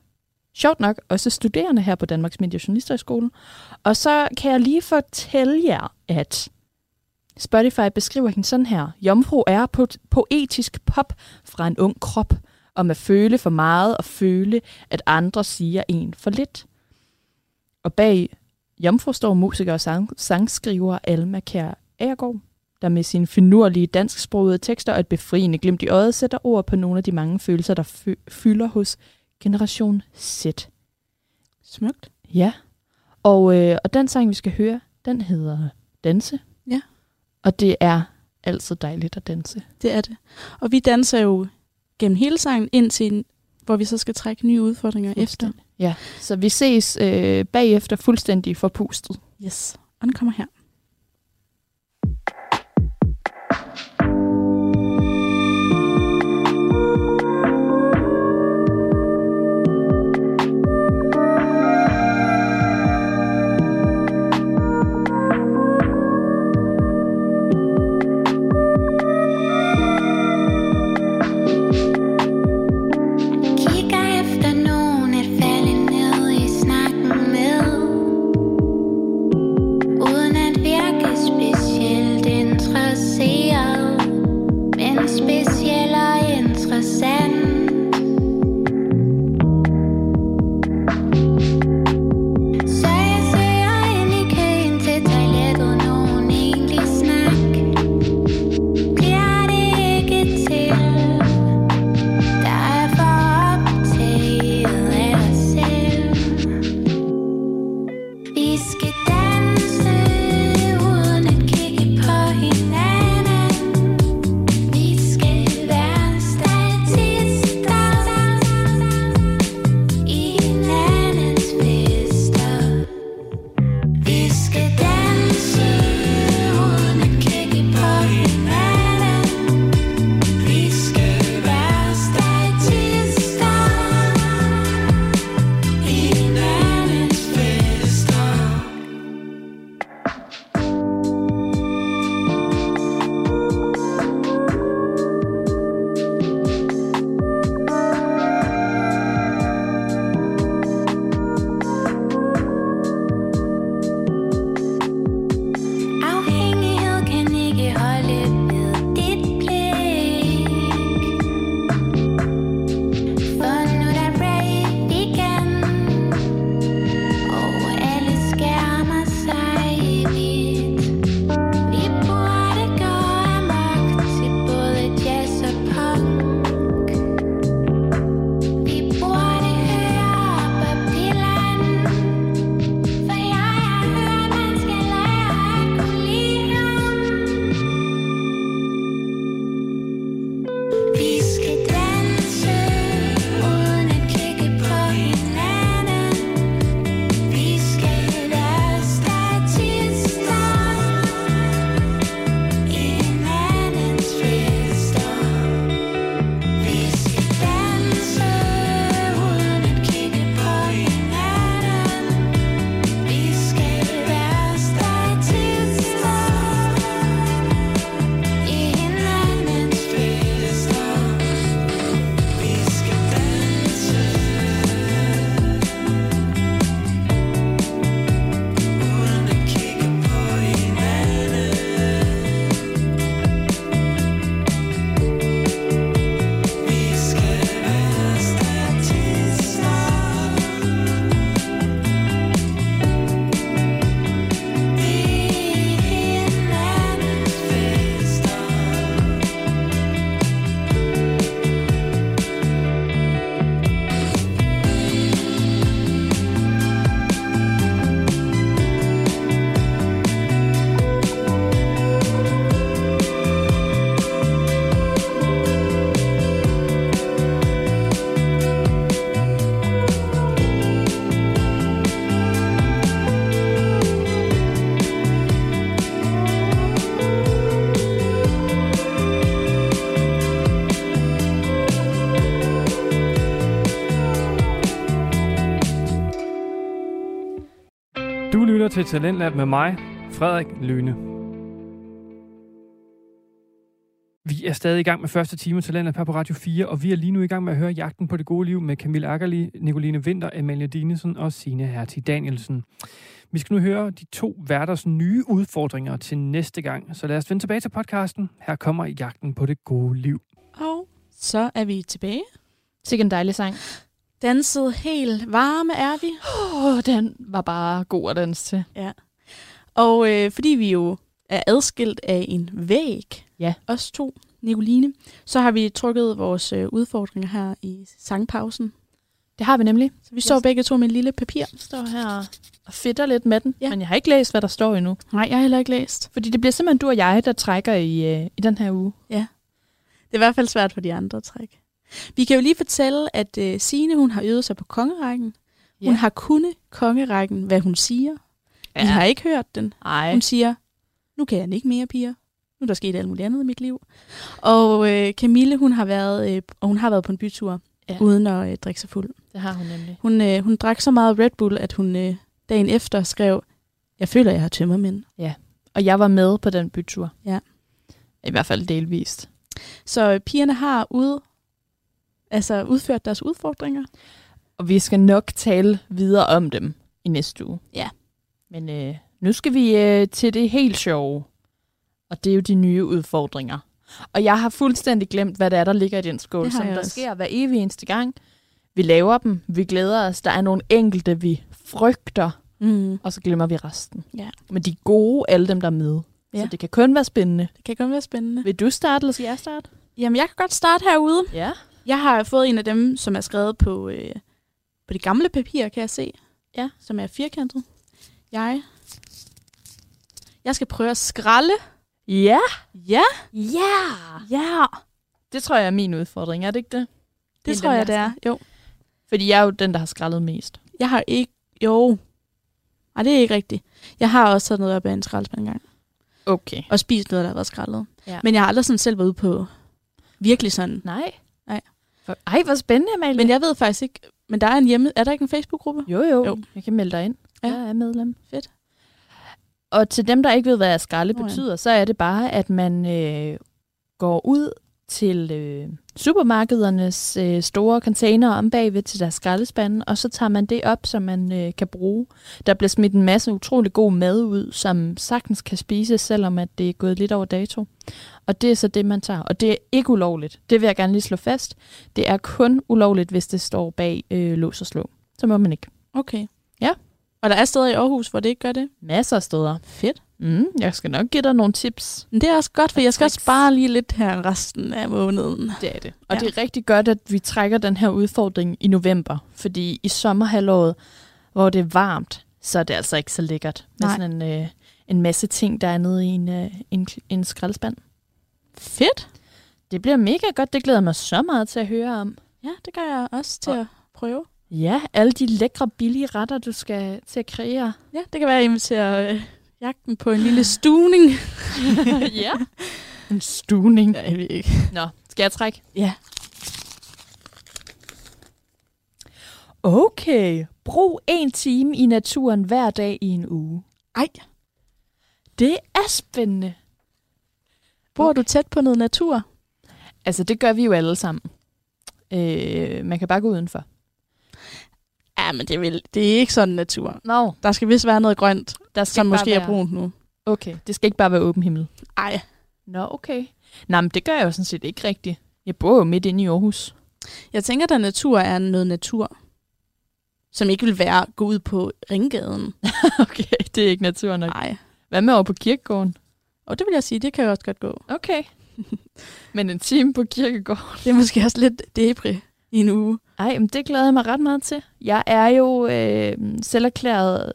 Speaker 4: sjovt nok, også studerende her på Danmarks Medie- og Journalisterhøjskole. Og så kan jeg lige fortælle jer, at Spotify beskriver hende sådan her. Jomfru er po- poetisk pop fra en ung krop, om at føle for meget og føle, at andre siger en for lidt. Og bag jomfrustår musiker og sang, sangskriver Alma Kær Agergaard, der med sine finurlige dansksprogede tekster og et befriende glimt i øjet sætter ord på nogle af de mange følelser, der fø- fylder hos Generation Z.
Speaker 5: Smukt.
Speaker 4: Ja. Og, øh, og den sang, vi skal høre, den hedder Danse.
Speaker 5: Ja.
Speaker 4: Og det er altid dejligt at danse.
Speaker 5: Det er det. Og vi danser jo gennem hele sangen indtil, hvor vi så skal trække nye udfordringer efter.
Speaker 4: Ja. Så vi ses øh, bagefter fuldstændig forpustet.
Speaker 5: Yes. Og den kommer her.
Speaker 7: Kigger efter nogen at falde ned i snakken med Uden at virke specielt interesseret Men speciel og interessant Så jeg søger ind i køen til toilettet nogen egentlig snak Bliver det ikke til der er for optaget af os selv. Vi skal danse uden at kigge på hinanden. Vi skal være statister i hinandens fester. Vi skal danse uden at kigge på hinanden. Vi skal være statister i hinandens fester. Afhængighed kan ikke holde ved dit blik. For nu er der break igen, og alle skærmer sig i hvidt. Vi burde gå amok til både jazz og punk. Vi burde høre op ad pilleren. For jeg har hørt, man skal lære at kunne lide ham. Vi skal danse uden at kigge på hinanden. Vi skal være statister i hinandens fester. Vi skal danse uden at kigge på hinanden. Vi skal være statister i hinandens fester. Vi skal danse uden at kigge på hinanden. Vi skal være statister. hinandens fester.
Speaker 1: Du lytter til Talentlab med mig, Frederik Lyne. Vi er stadig i gang med første time af Talentlab her på Radio 4, og vi er lige nu i gang med at høre Jagten på det gode liv med Camille Akkerli, Nicoline Winter, Amalie Dinesen og Signe Hertig Danielsen. Vi skal nu høre de to værters nye udfordringer til næste gang, så lad os vende tilbage til podcasten. Her kommer Jagten på det gode liv.
Speaker 5: Og så er vi tilbage.
Speaker 4: Sikke en dejlig sang.
Speaker 5: dansede helt varme, er vi.
Speaker 4: Åh, oh, den var bare god at danse til.
Speaker 5: Og øh, fordi vi jo er adskilt af en væg,
Speaker 4: Ja.
Speaker 5: os to, Nicoline, så har vi trukket vores øh, udfordringer her i sangpausen.
Speaker 4: Det har vi nemlig.
Speaker 5: Så vi står begge to med et lille papir.
Speaker 4: står her og fitter lidt med den,
Speaker 5: Ja.
Speaker 4: ja. men jeg har ikke læst, hvad der står endnu.
Speaker 5: Nej, jeg har heller ikke læst.
Speaker 4: Fordi det bliver simpelthen du og jeg, der trækker i, øh, i den her uge.
Speaker 5: Det er i hvert fald svært for de andre at trække. Vi kan jo lige fortælle, at øh, Signe, hun har øvet sig på kongerækken. Hun
Speaker 4: Ja.
Speaker 5: har kunnet kongerækken, hvad hun siger. Ja. Vi har ikke hørt den.
Speaker 4: Ej.
Speaker 5: Hun siger, nu kan jeg den ikke mere, piger. Nu er der sket alt muligt andet i mit liv. Og øh, Camille, hun har været, øh, og hun har været på en bytur, ja.
Speaker 4: Ja.
Speaker 5: uden at øh, drikke sig fuld.
Speaker 4: Det har hun nemlig.
Speaker 5: Hun, øh, hun drak så meget Red Bull, at hun øh, dagen efter skrev, jeg føler, jeg har tømmermænd.
Speaker 4: Og jeg var med på den bytur.
Speaker 5: Ja.
Speaker 4: I hvert fald delvist.
Speaker 5: Så øh, pigerne har ude, altså udført deres udfordringer.
Speaker 4: Og vi skal nok tale videre om dem i næste uge.
Speaker 5: Ja.
Speaker 4: Men øh, nu skal vi øh, til det helt sjove. Og det er jo de nye udfordringer. Og jeg har fuldstændig glemt, hvad det er, der ligger i den skål,
Speaker 5: Det har
Speaker 4: som
Speaker 5: jeg
Speaker 4: der
Speaker 5: også.
Speaker 4: sker hver evig eneste gang. Vi laver dem, vi glæder os, der er nogle enkelte, vi frygter,
Speaker 5: Mm.
Speaker 4: og så glemmer vi resten.
Speaker 5: Ja.
Speaker 4: Men de er gode, alle dem, der er med. Ja.
Speaker 5: Ja.
Speaker 4: Så det kan kun være spændende.
Speaker 5: Det kan godt være spændende.
Speaker 4: Vil du starte, eller skal jeg starte?
Speaker 5: Jamen, jeg kan godt starte herude.
Speaker 4: Ja.
Speaker 5: Jeg har fået en af dem, som er skrevet på, øh, på det gamle papir, kan jeg se.
Speaker 4: Ja.
Speaker 5: Som er firkantet. Jeg, jeg skal prøve at skralde.
Speaker 4: Ja.
Speaker 5: Ja.
Speaker 4: Ja.
Speaker 5: Ja.
Speaker 4: Det tror jeg er min udfordring, er det ikke det?
Speaker 5: Det
Speaker 4: En af
Speaker 5: tror
Speaker 4: dem,
Speaker 5: jeg, det
Speaker 4: jeg
Speaker 5: er. Jo.
Speaker 4: Fordi jeg er jo den, der har skrællet mest.
Speaker 5: Jeg har ikke... Jo. Nej, det er ikke rigtigt. Jeg har også taget noget op af en skraldespand engang.
Speaker 4: Okay.
Speaker 5: Og spist noget, der har været skraldet.
Speaker 4: Ja.
Speaker 5: Men jeg har aldrig sådan selv været ude på virkelig sådan.
Speaker 4: Nej.
Speaker 5: Nej.
Speaker 4: For- Ej, hvor spændende, Amalie.
Speaker 5: Men jeg ved faktisk ikke... Men der er en hjemme... Er der ikke en Facebook-gruppe?
Speaker 4: Jo, jo,
Speaker 5: Jo.
Speaker 4: jo. Jeg kan melde dig ind.
Speaker 5: Ja.
Speaker 4: Ja. Jeg er medlem.
Speaker 5: Fedt.
Speaker 4: Og til dem, der ikke ved, hvad skralde
Speaker 5: Nå ja.
Speaker 4: betyder, så er det bare, at man øh, går ud til øh, supermarkedernes øh, store container om bagved til deres skraldespande, og så tager man det op, som man øh, kan bruge. Der bliver smidt en masse utrolig god mad ud, som sagtens kan spises, selvom at det er gået lidt over dato. Og det er så det, man tager. Og det er ikke ulovligt. Det vil jeg gerne lige slå fast. Det er kun ulovligt, hvis det står bag øh, lås og slå. Så må man ikke.
Speaker 5: Okay.
Speaker 4: Ja.
Speaker 5: Og der er steder i Aarhus, hvor det ikke gør det.
Speaker 4: Masser af steder. Fedt. Mm, jeg skal nok give dig nogle tips.
Speaker 5: Men det er også godt, for jeg skal også
Speaker 4: tricks.
Speaker 5: spare lige lidt her resten af måneden.
Speaker 4: Det er det. Og
Speaker 5: Ja.
Speaker 4: ja. det er rigtig godt, at vi trækker den her udfordring i november. Fordi i sommerhalvåret, hvor det er varmt, så er det altså ikke så lækkert. Med
Speaker 5: Nej.
Speaker 4: sådan en, øh, en masse ting, der er nede i en, øh, en, en skraldespand.
Speaker 5: Fedt.
Speaker 4: Det bliver mega godt. Det glæder jeg mig så meget til at høre om.
Speaker 5: Ja, det gør jeg også til
Speaker 4: Og-
Speaker 5: at prøve.
Speaker 4: Ja, alle de lækre, billige retter, du skal til at kreere.
Speaker 5: Ja, det kan være, at jeg inviterer øh, jagten på en lille stuning.
Speaker 4: ja. En stuning.
Speaker 5: jeg ved ikke.
Speaker 4: Nå, skal jeg trække?
Speaker 5: Ja.
Speaker 4: Okay. Brug en time i naturen hver dag i en uge.
Speaker 5: Ej,
Speaker 4: Det er spændende.
Speaker 5: bor okay. du tæt på noget natur?
Speaker 4: Altså, det gør vi jo alle sammen. Øh, man kan bare gå udenfor.
Speaker 5: Ja, men det er, vel, det er ikke sådan natur.
Speaker 4: Nå,
Speaker 5: Der skal vist være noget grønt,
Speaker 4: der
Speaker 5: som
Speaker 4: ikke bare
Speaker 5: måske er
Speaker 4: være-
Speaker 5: brunt nu.
Speaker 4: Okay, det skal ikke bare være åben himmel.
Speaker 5: Ej,
Speaker 4: Nå, okay. Nej, men det gør jeg jo sådan set ikke rigtigt. Jeg bor jo midt inde i Aarhus.
Speaker 5: jeg tænker, der natur er noget natur, som ikke vil være at gå ud på ringgaden.
Speaker 4: okay, det er ikke naturen nok.
Speaker 5: Nej.
Speaker 4: Hvad med over på kirkegården?
Speaker 5: Og det vil jeg sige, det kan jo også godt gå.
Speaker 4: Okay. men en time på kirkegården.
Speaker 5: Det er måske også lidt depri i en uge.
Speaker 4: Ej, men det glæder jeg mig ret meget til. Jeg er jo øh, selv erklæret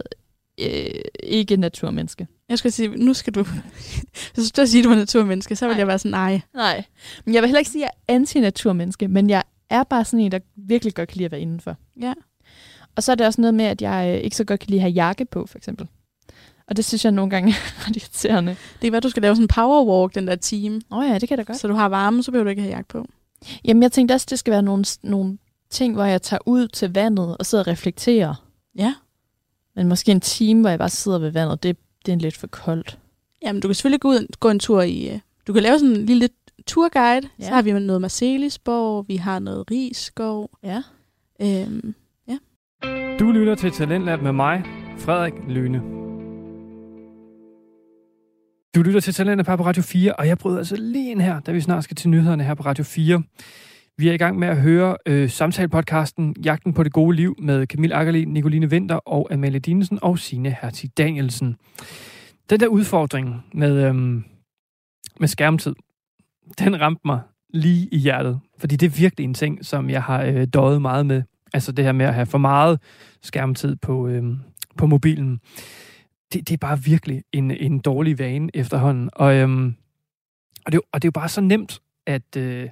Speaker 4: øh, ikke naturmenneske.
Speaker 5: Jeg skulle sige, nu skal du... Hvis du skulle sige, at du var naturmenneske, så ville
Speaker 4: Nej.
Speaker 5: jeg være sådan, nej.
Speaker 4: Nej. Men jeg vil heller ikke sige, at jeg er antinaturmenneske, men jeg er bare sådan en, der virkelig godt kan lide at være indenfor.
Speaker 5: Ja.
Speaker 4: Og så er det også noget med, at jeg øh, ikke så godt kan lide at have jakke på, for eksempel. Og det synes jeg nogle gange er ret irriterende.
Speaker 5: Det kan være, du skal lave sådan en power walk den der time.
Speaker 4: Åh oh ja, det kan da godt.
Speaker 5: Så du har varme, så behøver du ikke have jakke på.
Speaker 4: Jamen, jeg tænkte også, at det skal være nogle, nogle ting, hvor jeg tager ud til vandet og sidder og reflekterer.
Speaker 5: Ja.
Speaker 4: Men måske en time, hvor jeg bare sidder ved vandet, det, det er lidt for koldt.
Speaker 5: Jamen, du kan selvfølgelig gå ud gå en tur i... øh, Du kan lave sådan en lille turguide. Ja.
Speaker 4: Ja.
Speaker 5: Så har vi noget Marcelisborg, vi har noget Rigskov.
Speaker 4: Ja.
Speaker 5: Øhm,
Speaker 1: Du lytter til Talentlab med mig, Frederik Lyne. Du lytter til Talentlab her på Radio 4, og jeg bryder altså lige ind her, da vi snart skal til nyhederne her på Radio 4. Vi er i gang med at høre øh, samtalepodcasten Jagten på det gode liv med Camille Akkerli, Nicoline Vinter og Amalie Dinesen og Sine Hertig Danielsen. Den der udfordring med, øhm, med skærmtid, den ramte mig lige i hjertet. Fordi det er virkelig en ting, som jeg har øh, døjet meget med. Altså det her med at have for meget skærmtid på, øhm, på mobilen. Det, det er bare virkelig en, en dårlig vane efterhånden. Og, øhm, og, det, er jo- og det er jo bare så nemt at... Øh,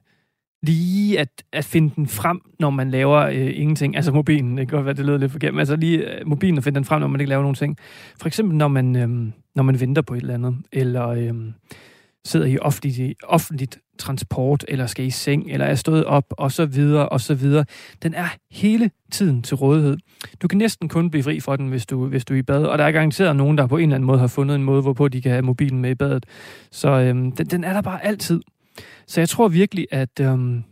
Speaker 1: lige at, at finde den frem, når man laver øh, ingenting. Altså mobilen, det kan godt være, det lyder lidt forkert, men altså lige øh, mobilen og finde den frem, når man ikke laver nogen ting. For eksempel, når man, øh, når man venter på et eller andet, eller øh, sidder i offentlig, offentligt transport, eller skal i seng, eller er stået op, og så videre, og så videre. Den er hele tiden til rådighed. Du kan næsten kun blive fri fra den, hvis du, hvis du er i bad, og der er garanteret nogen, der på en eller anden måde har fundet en måde, hvorpå de kan have mobilen med i badet. Så øh, den, den er der bare altid. Så jeg tror virkelig, at øhm, jeg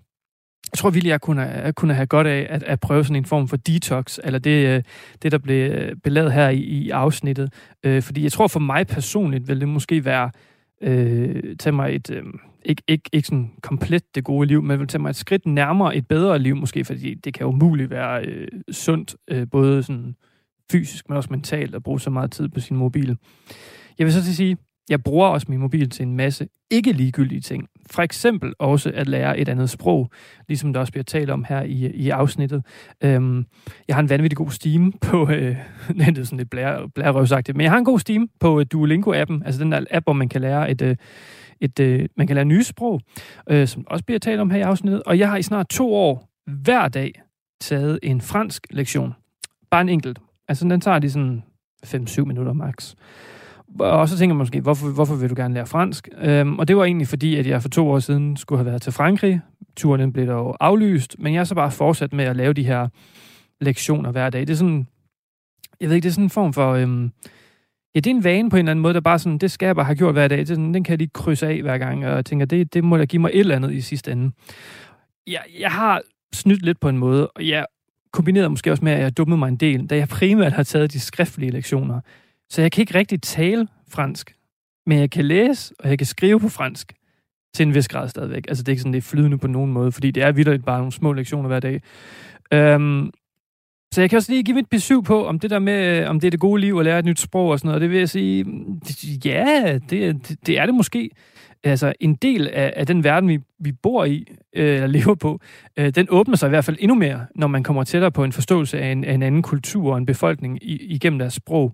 Speaker 1: tror virkelig, jeg kunne, jeg kunne have godt af at, at prøve sådan en form for detox, eller det, øh, det der blev øh, belaget her i, i afsnittet. Øh, fordi jeg tror for mig personligt, vil det måske være, øh, tage mig et, øh, ikke, ikke, ikke sådan komplet det gode liv, men vil tage mig et skridt nærmere et bedre liv måske, fordi det kan jo muligt være øh, sundt, øh, både sådan fysisk, men også mentalt, at bruge så meget tid på sin mobil. Jeg vil så til sige, jeg bruger også min mobil til en masse ikke ligegyldige ting. For eksempel også at lære et andet sprog, ligesom der også bliver talt om her i, i afsnittet. Øhm, jeg har en vanvittig god stime på, øh, det er sådan lidt blære, blærerøvsagtigt, men jeg har en god stime på øh, Duolingo-appen, altså den der app, hvor man kan lære et, øh, et øh, man kan lære nye sprog, øh, som også bliver talt om her i afsnittet. Og jeg har i snart to år hver dag taget en fransk lektion. Bare en enkelt. Altså den tager de sådan 5-7 minutter max. Og så tænker man måske, hvorfor, hvorfor vil du gerne lære fransk? Øhm, og det var egentlig fordi, at jeg for to år siden skulle have været til Frankrig. Turen den blev dog aflyst, men jeg er så bare fortsat med at lave de her lektioner hver dag. Det er sådan, jeg ved ikke, det er sådan en form for, øhm, ja, det er en vane på en eller anden måde, der bare sådan, det skal jeg bare have gjort hver dag. Det er sådan, den kan jeg lige krydse af hver gang, og jeg tænker, det, det må da give mig et eller andet i sidste ende. Jeg, jeg har snydt lidt på en måde, og jeg kombineret måske også med, at jeg dummede mig en del, da jeg primært har taget de skriftlige lektioner. Så jeg kan ikke rigtig tale fransk, men jeg kan læse, og jeg kan skrive på fransk til en vis grad stadigvæk. Altså det er ikke sådan, det er flydende på nogen måde, fordi det er vildt bare nogle små lektioner hver dag. Øhm, så jeg kan også lige give mit besøg på, om det der med, øh, om det er det gode liv at lære et nyt sprog og sådan noget. Og det vil jeg sige, mm, det- ja, det, det- det er det måske. Altså en del af, af den verden, vi, vi bor i, øh, eller lever på, øh, den åbner sig i hvert fald endnu mere, når man kommer tættere på en forståelse af en, af en anden kultur og en befolkning i, igennem deres sprog.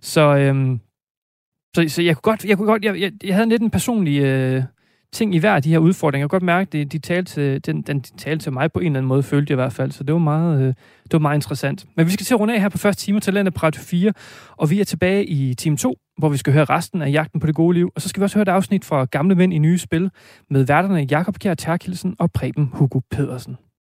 Speaker 1: Så, øhm, så, så jeg kunne godt, jeg, kunne godt jeg, jeg, jeg havde lidt en personlig øh, ting i hver af de her udfordringer. Jeg kunne godt mærke, at de, de talte til, den, den de talte til mig på en eller anden måde, følte jeg i hvert fald. Så det var meget, øh, det var meget interessant. Men vi skal til at runde af her på første time af Talentet på Radio 4, og vi er tilbage i time 2, hvor vi skal høre resten af Jagten på det gode liv. Og så skal vi også høre et afsnit fra Gamle Mænd i Nye Spil med værterne Jakob Kjær Terkelsen og Preben Hugo Pedersen.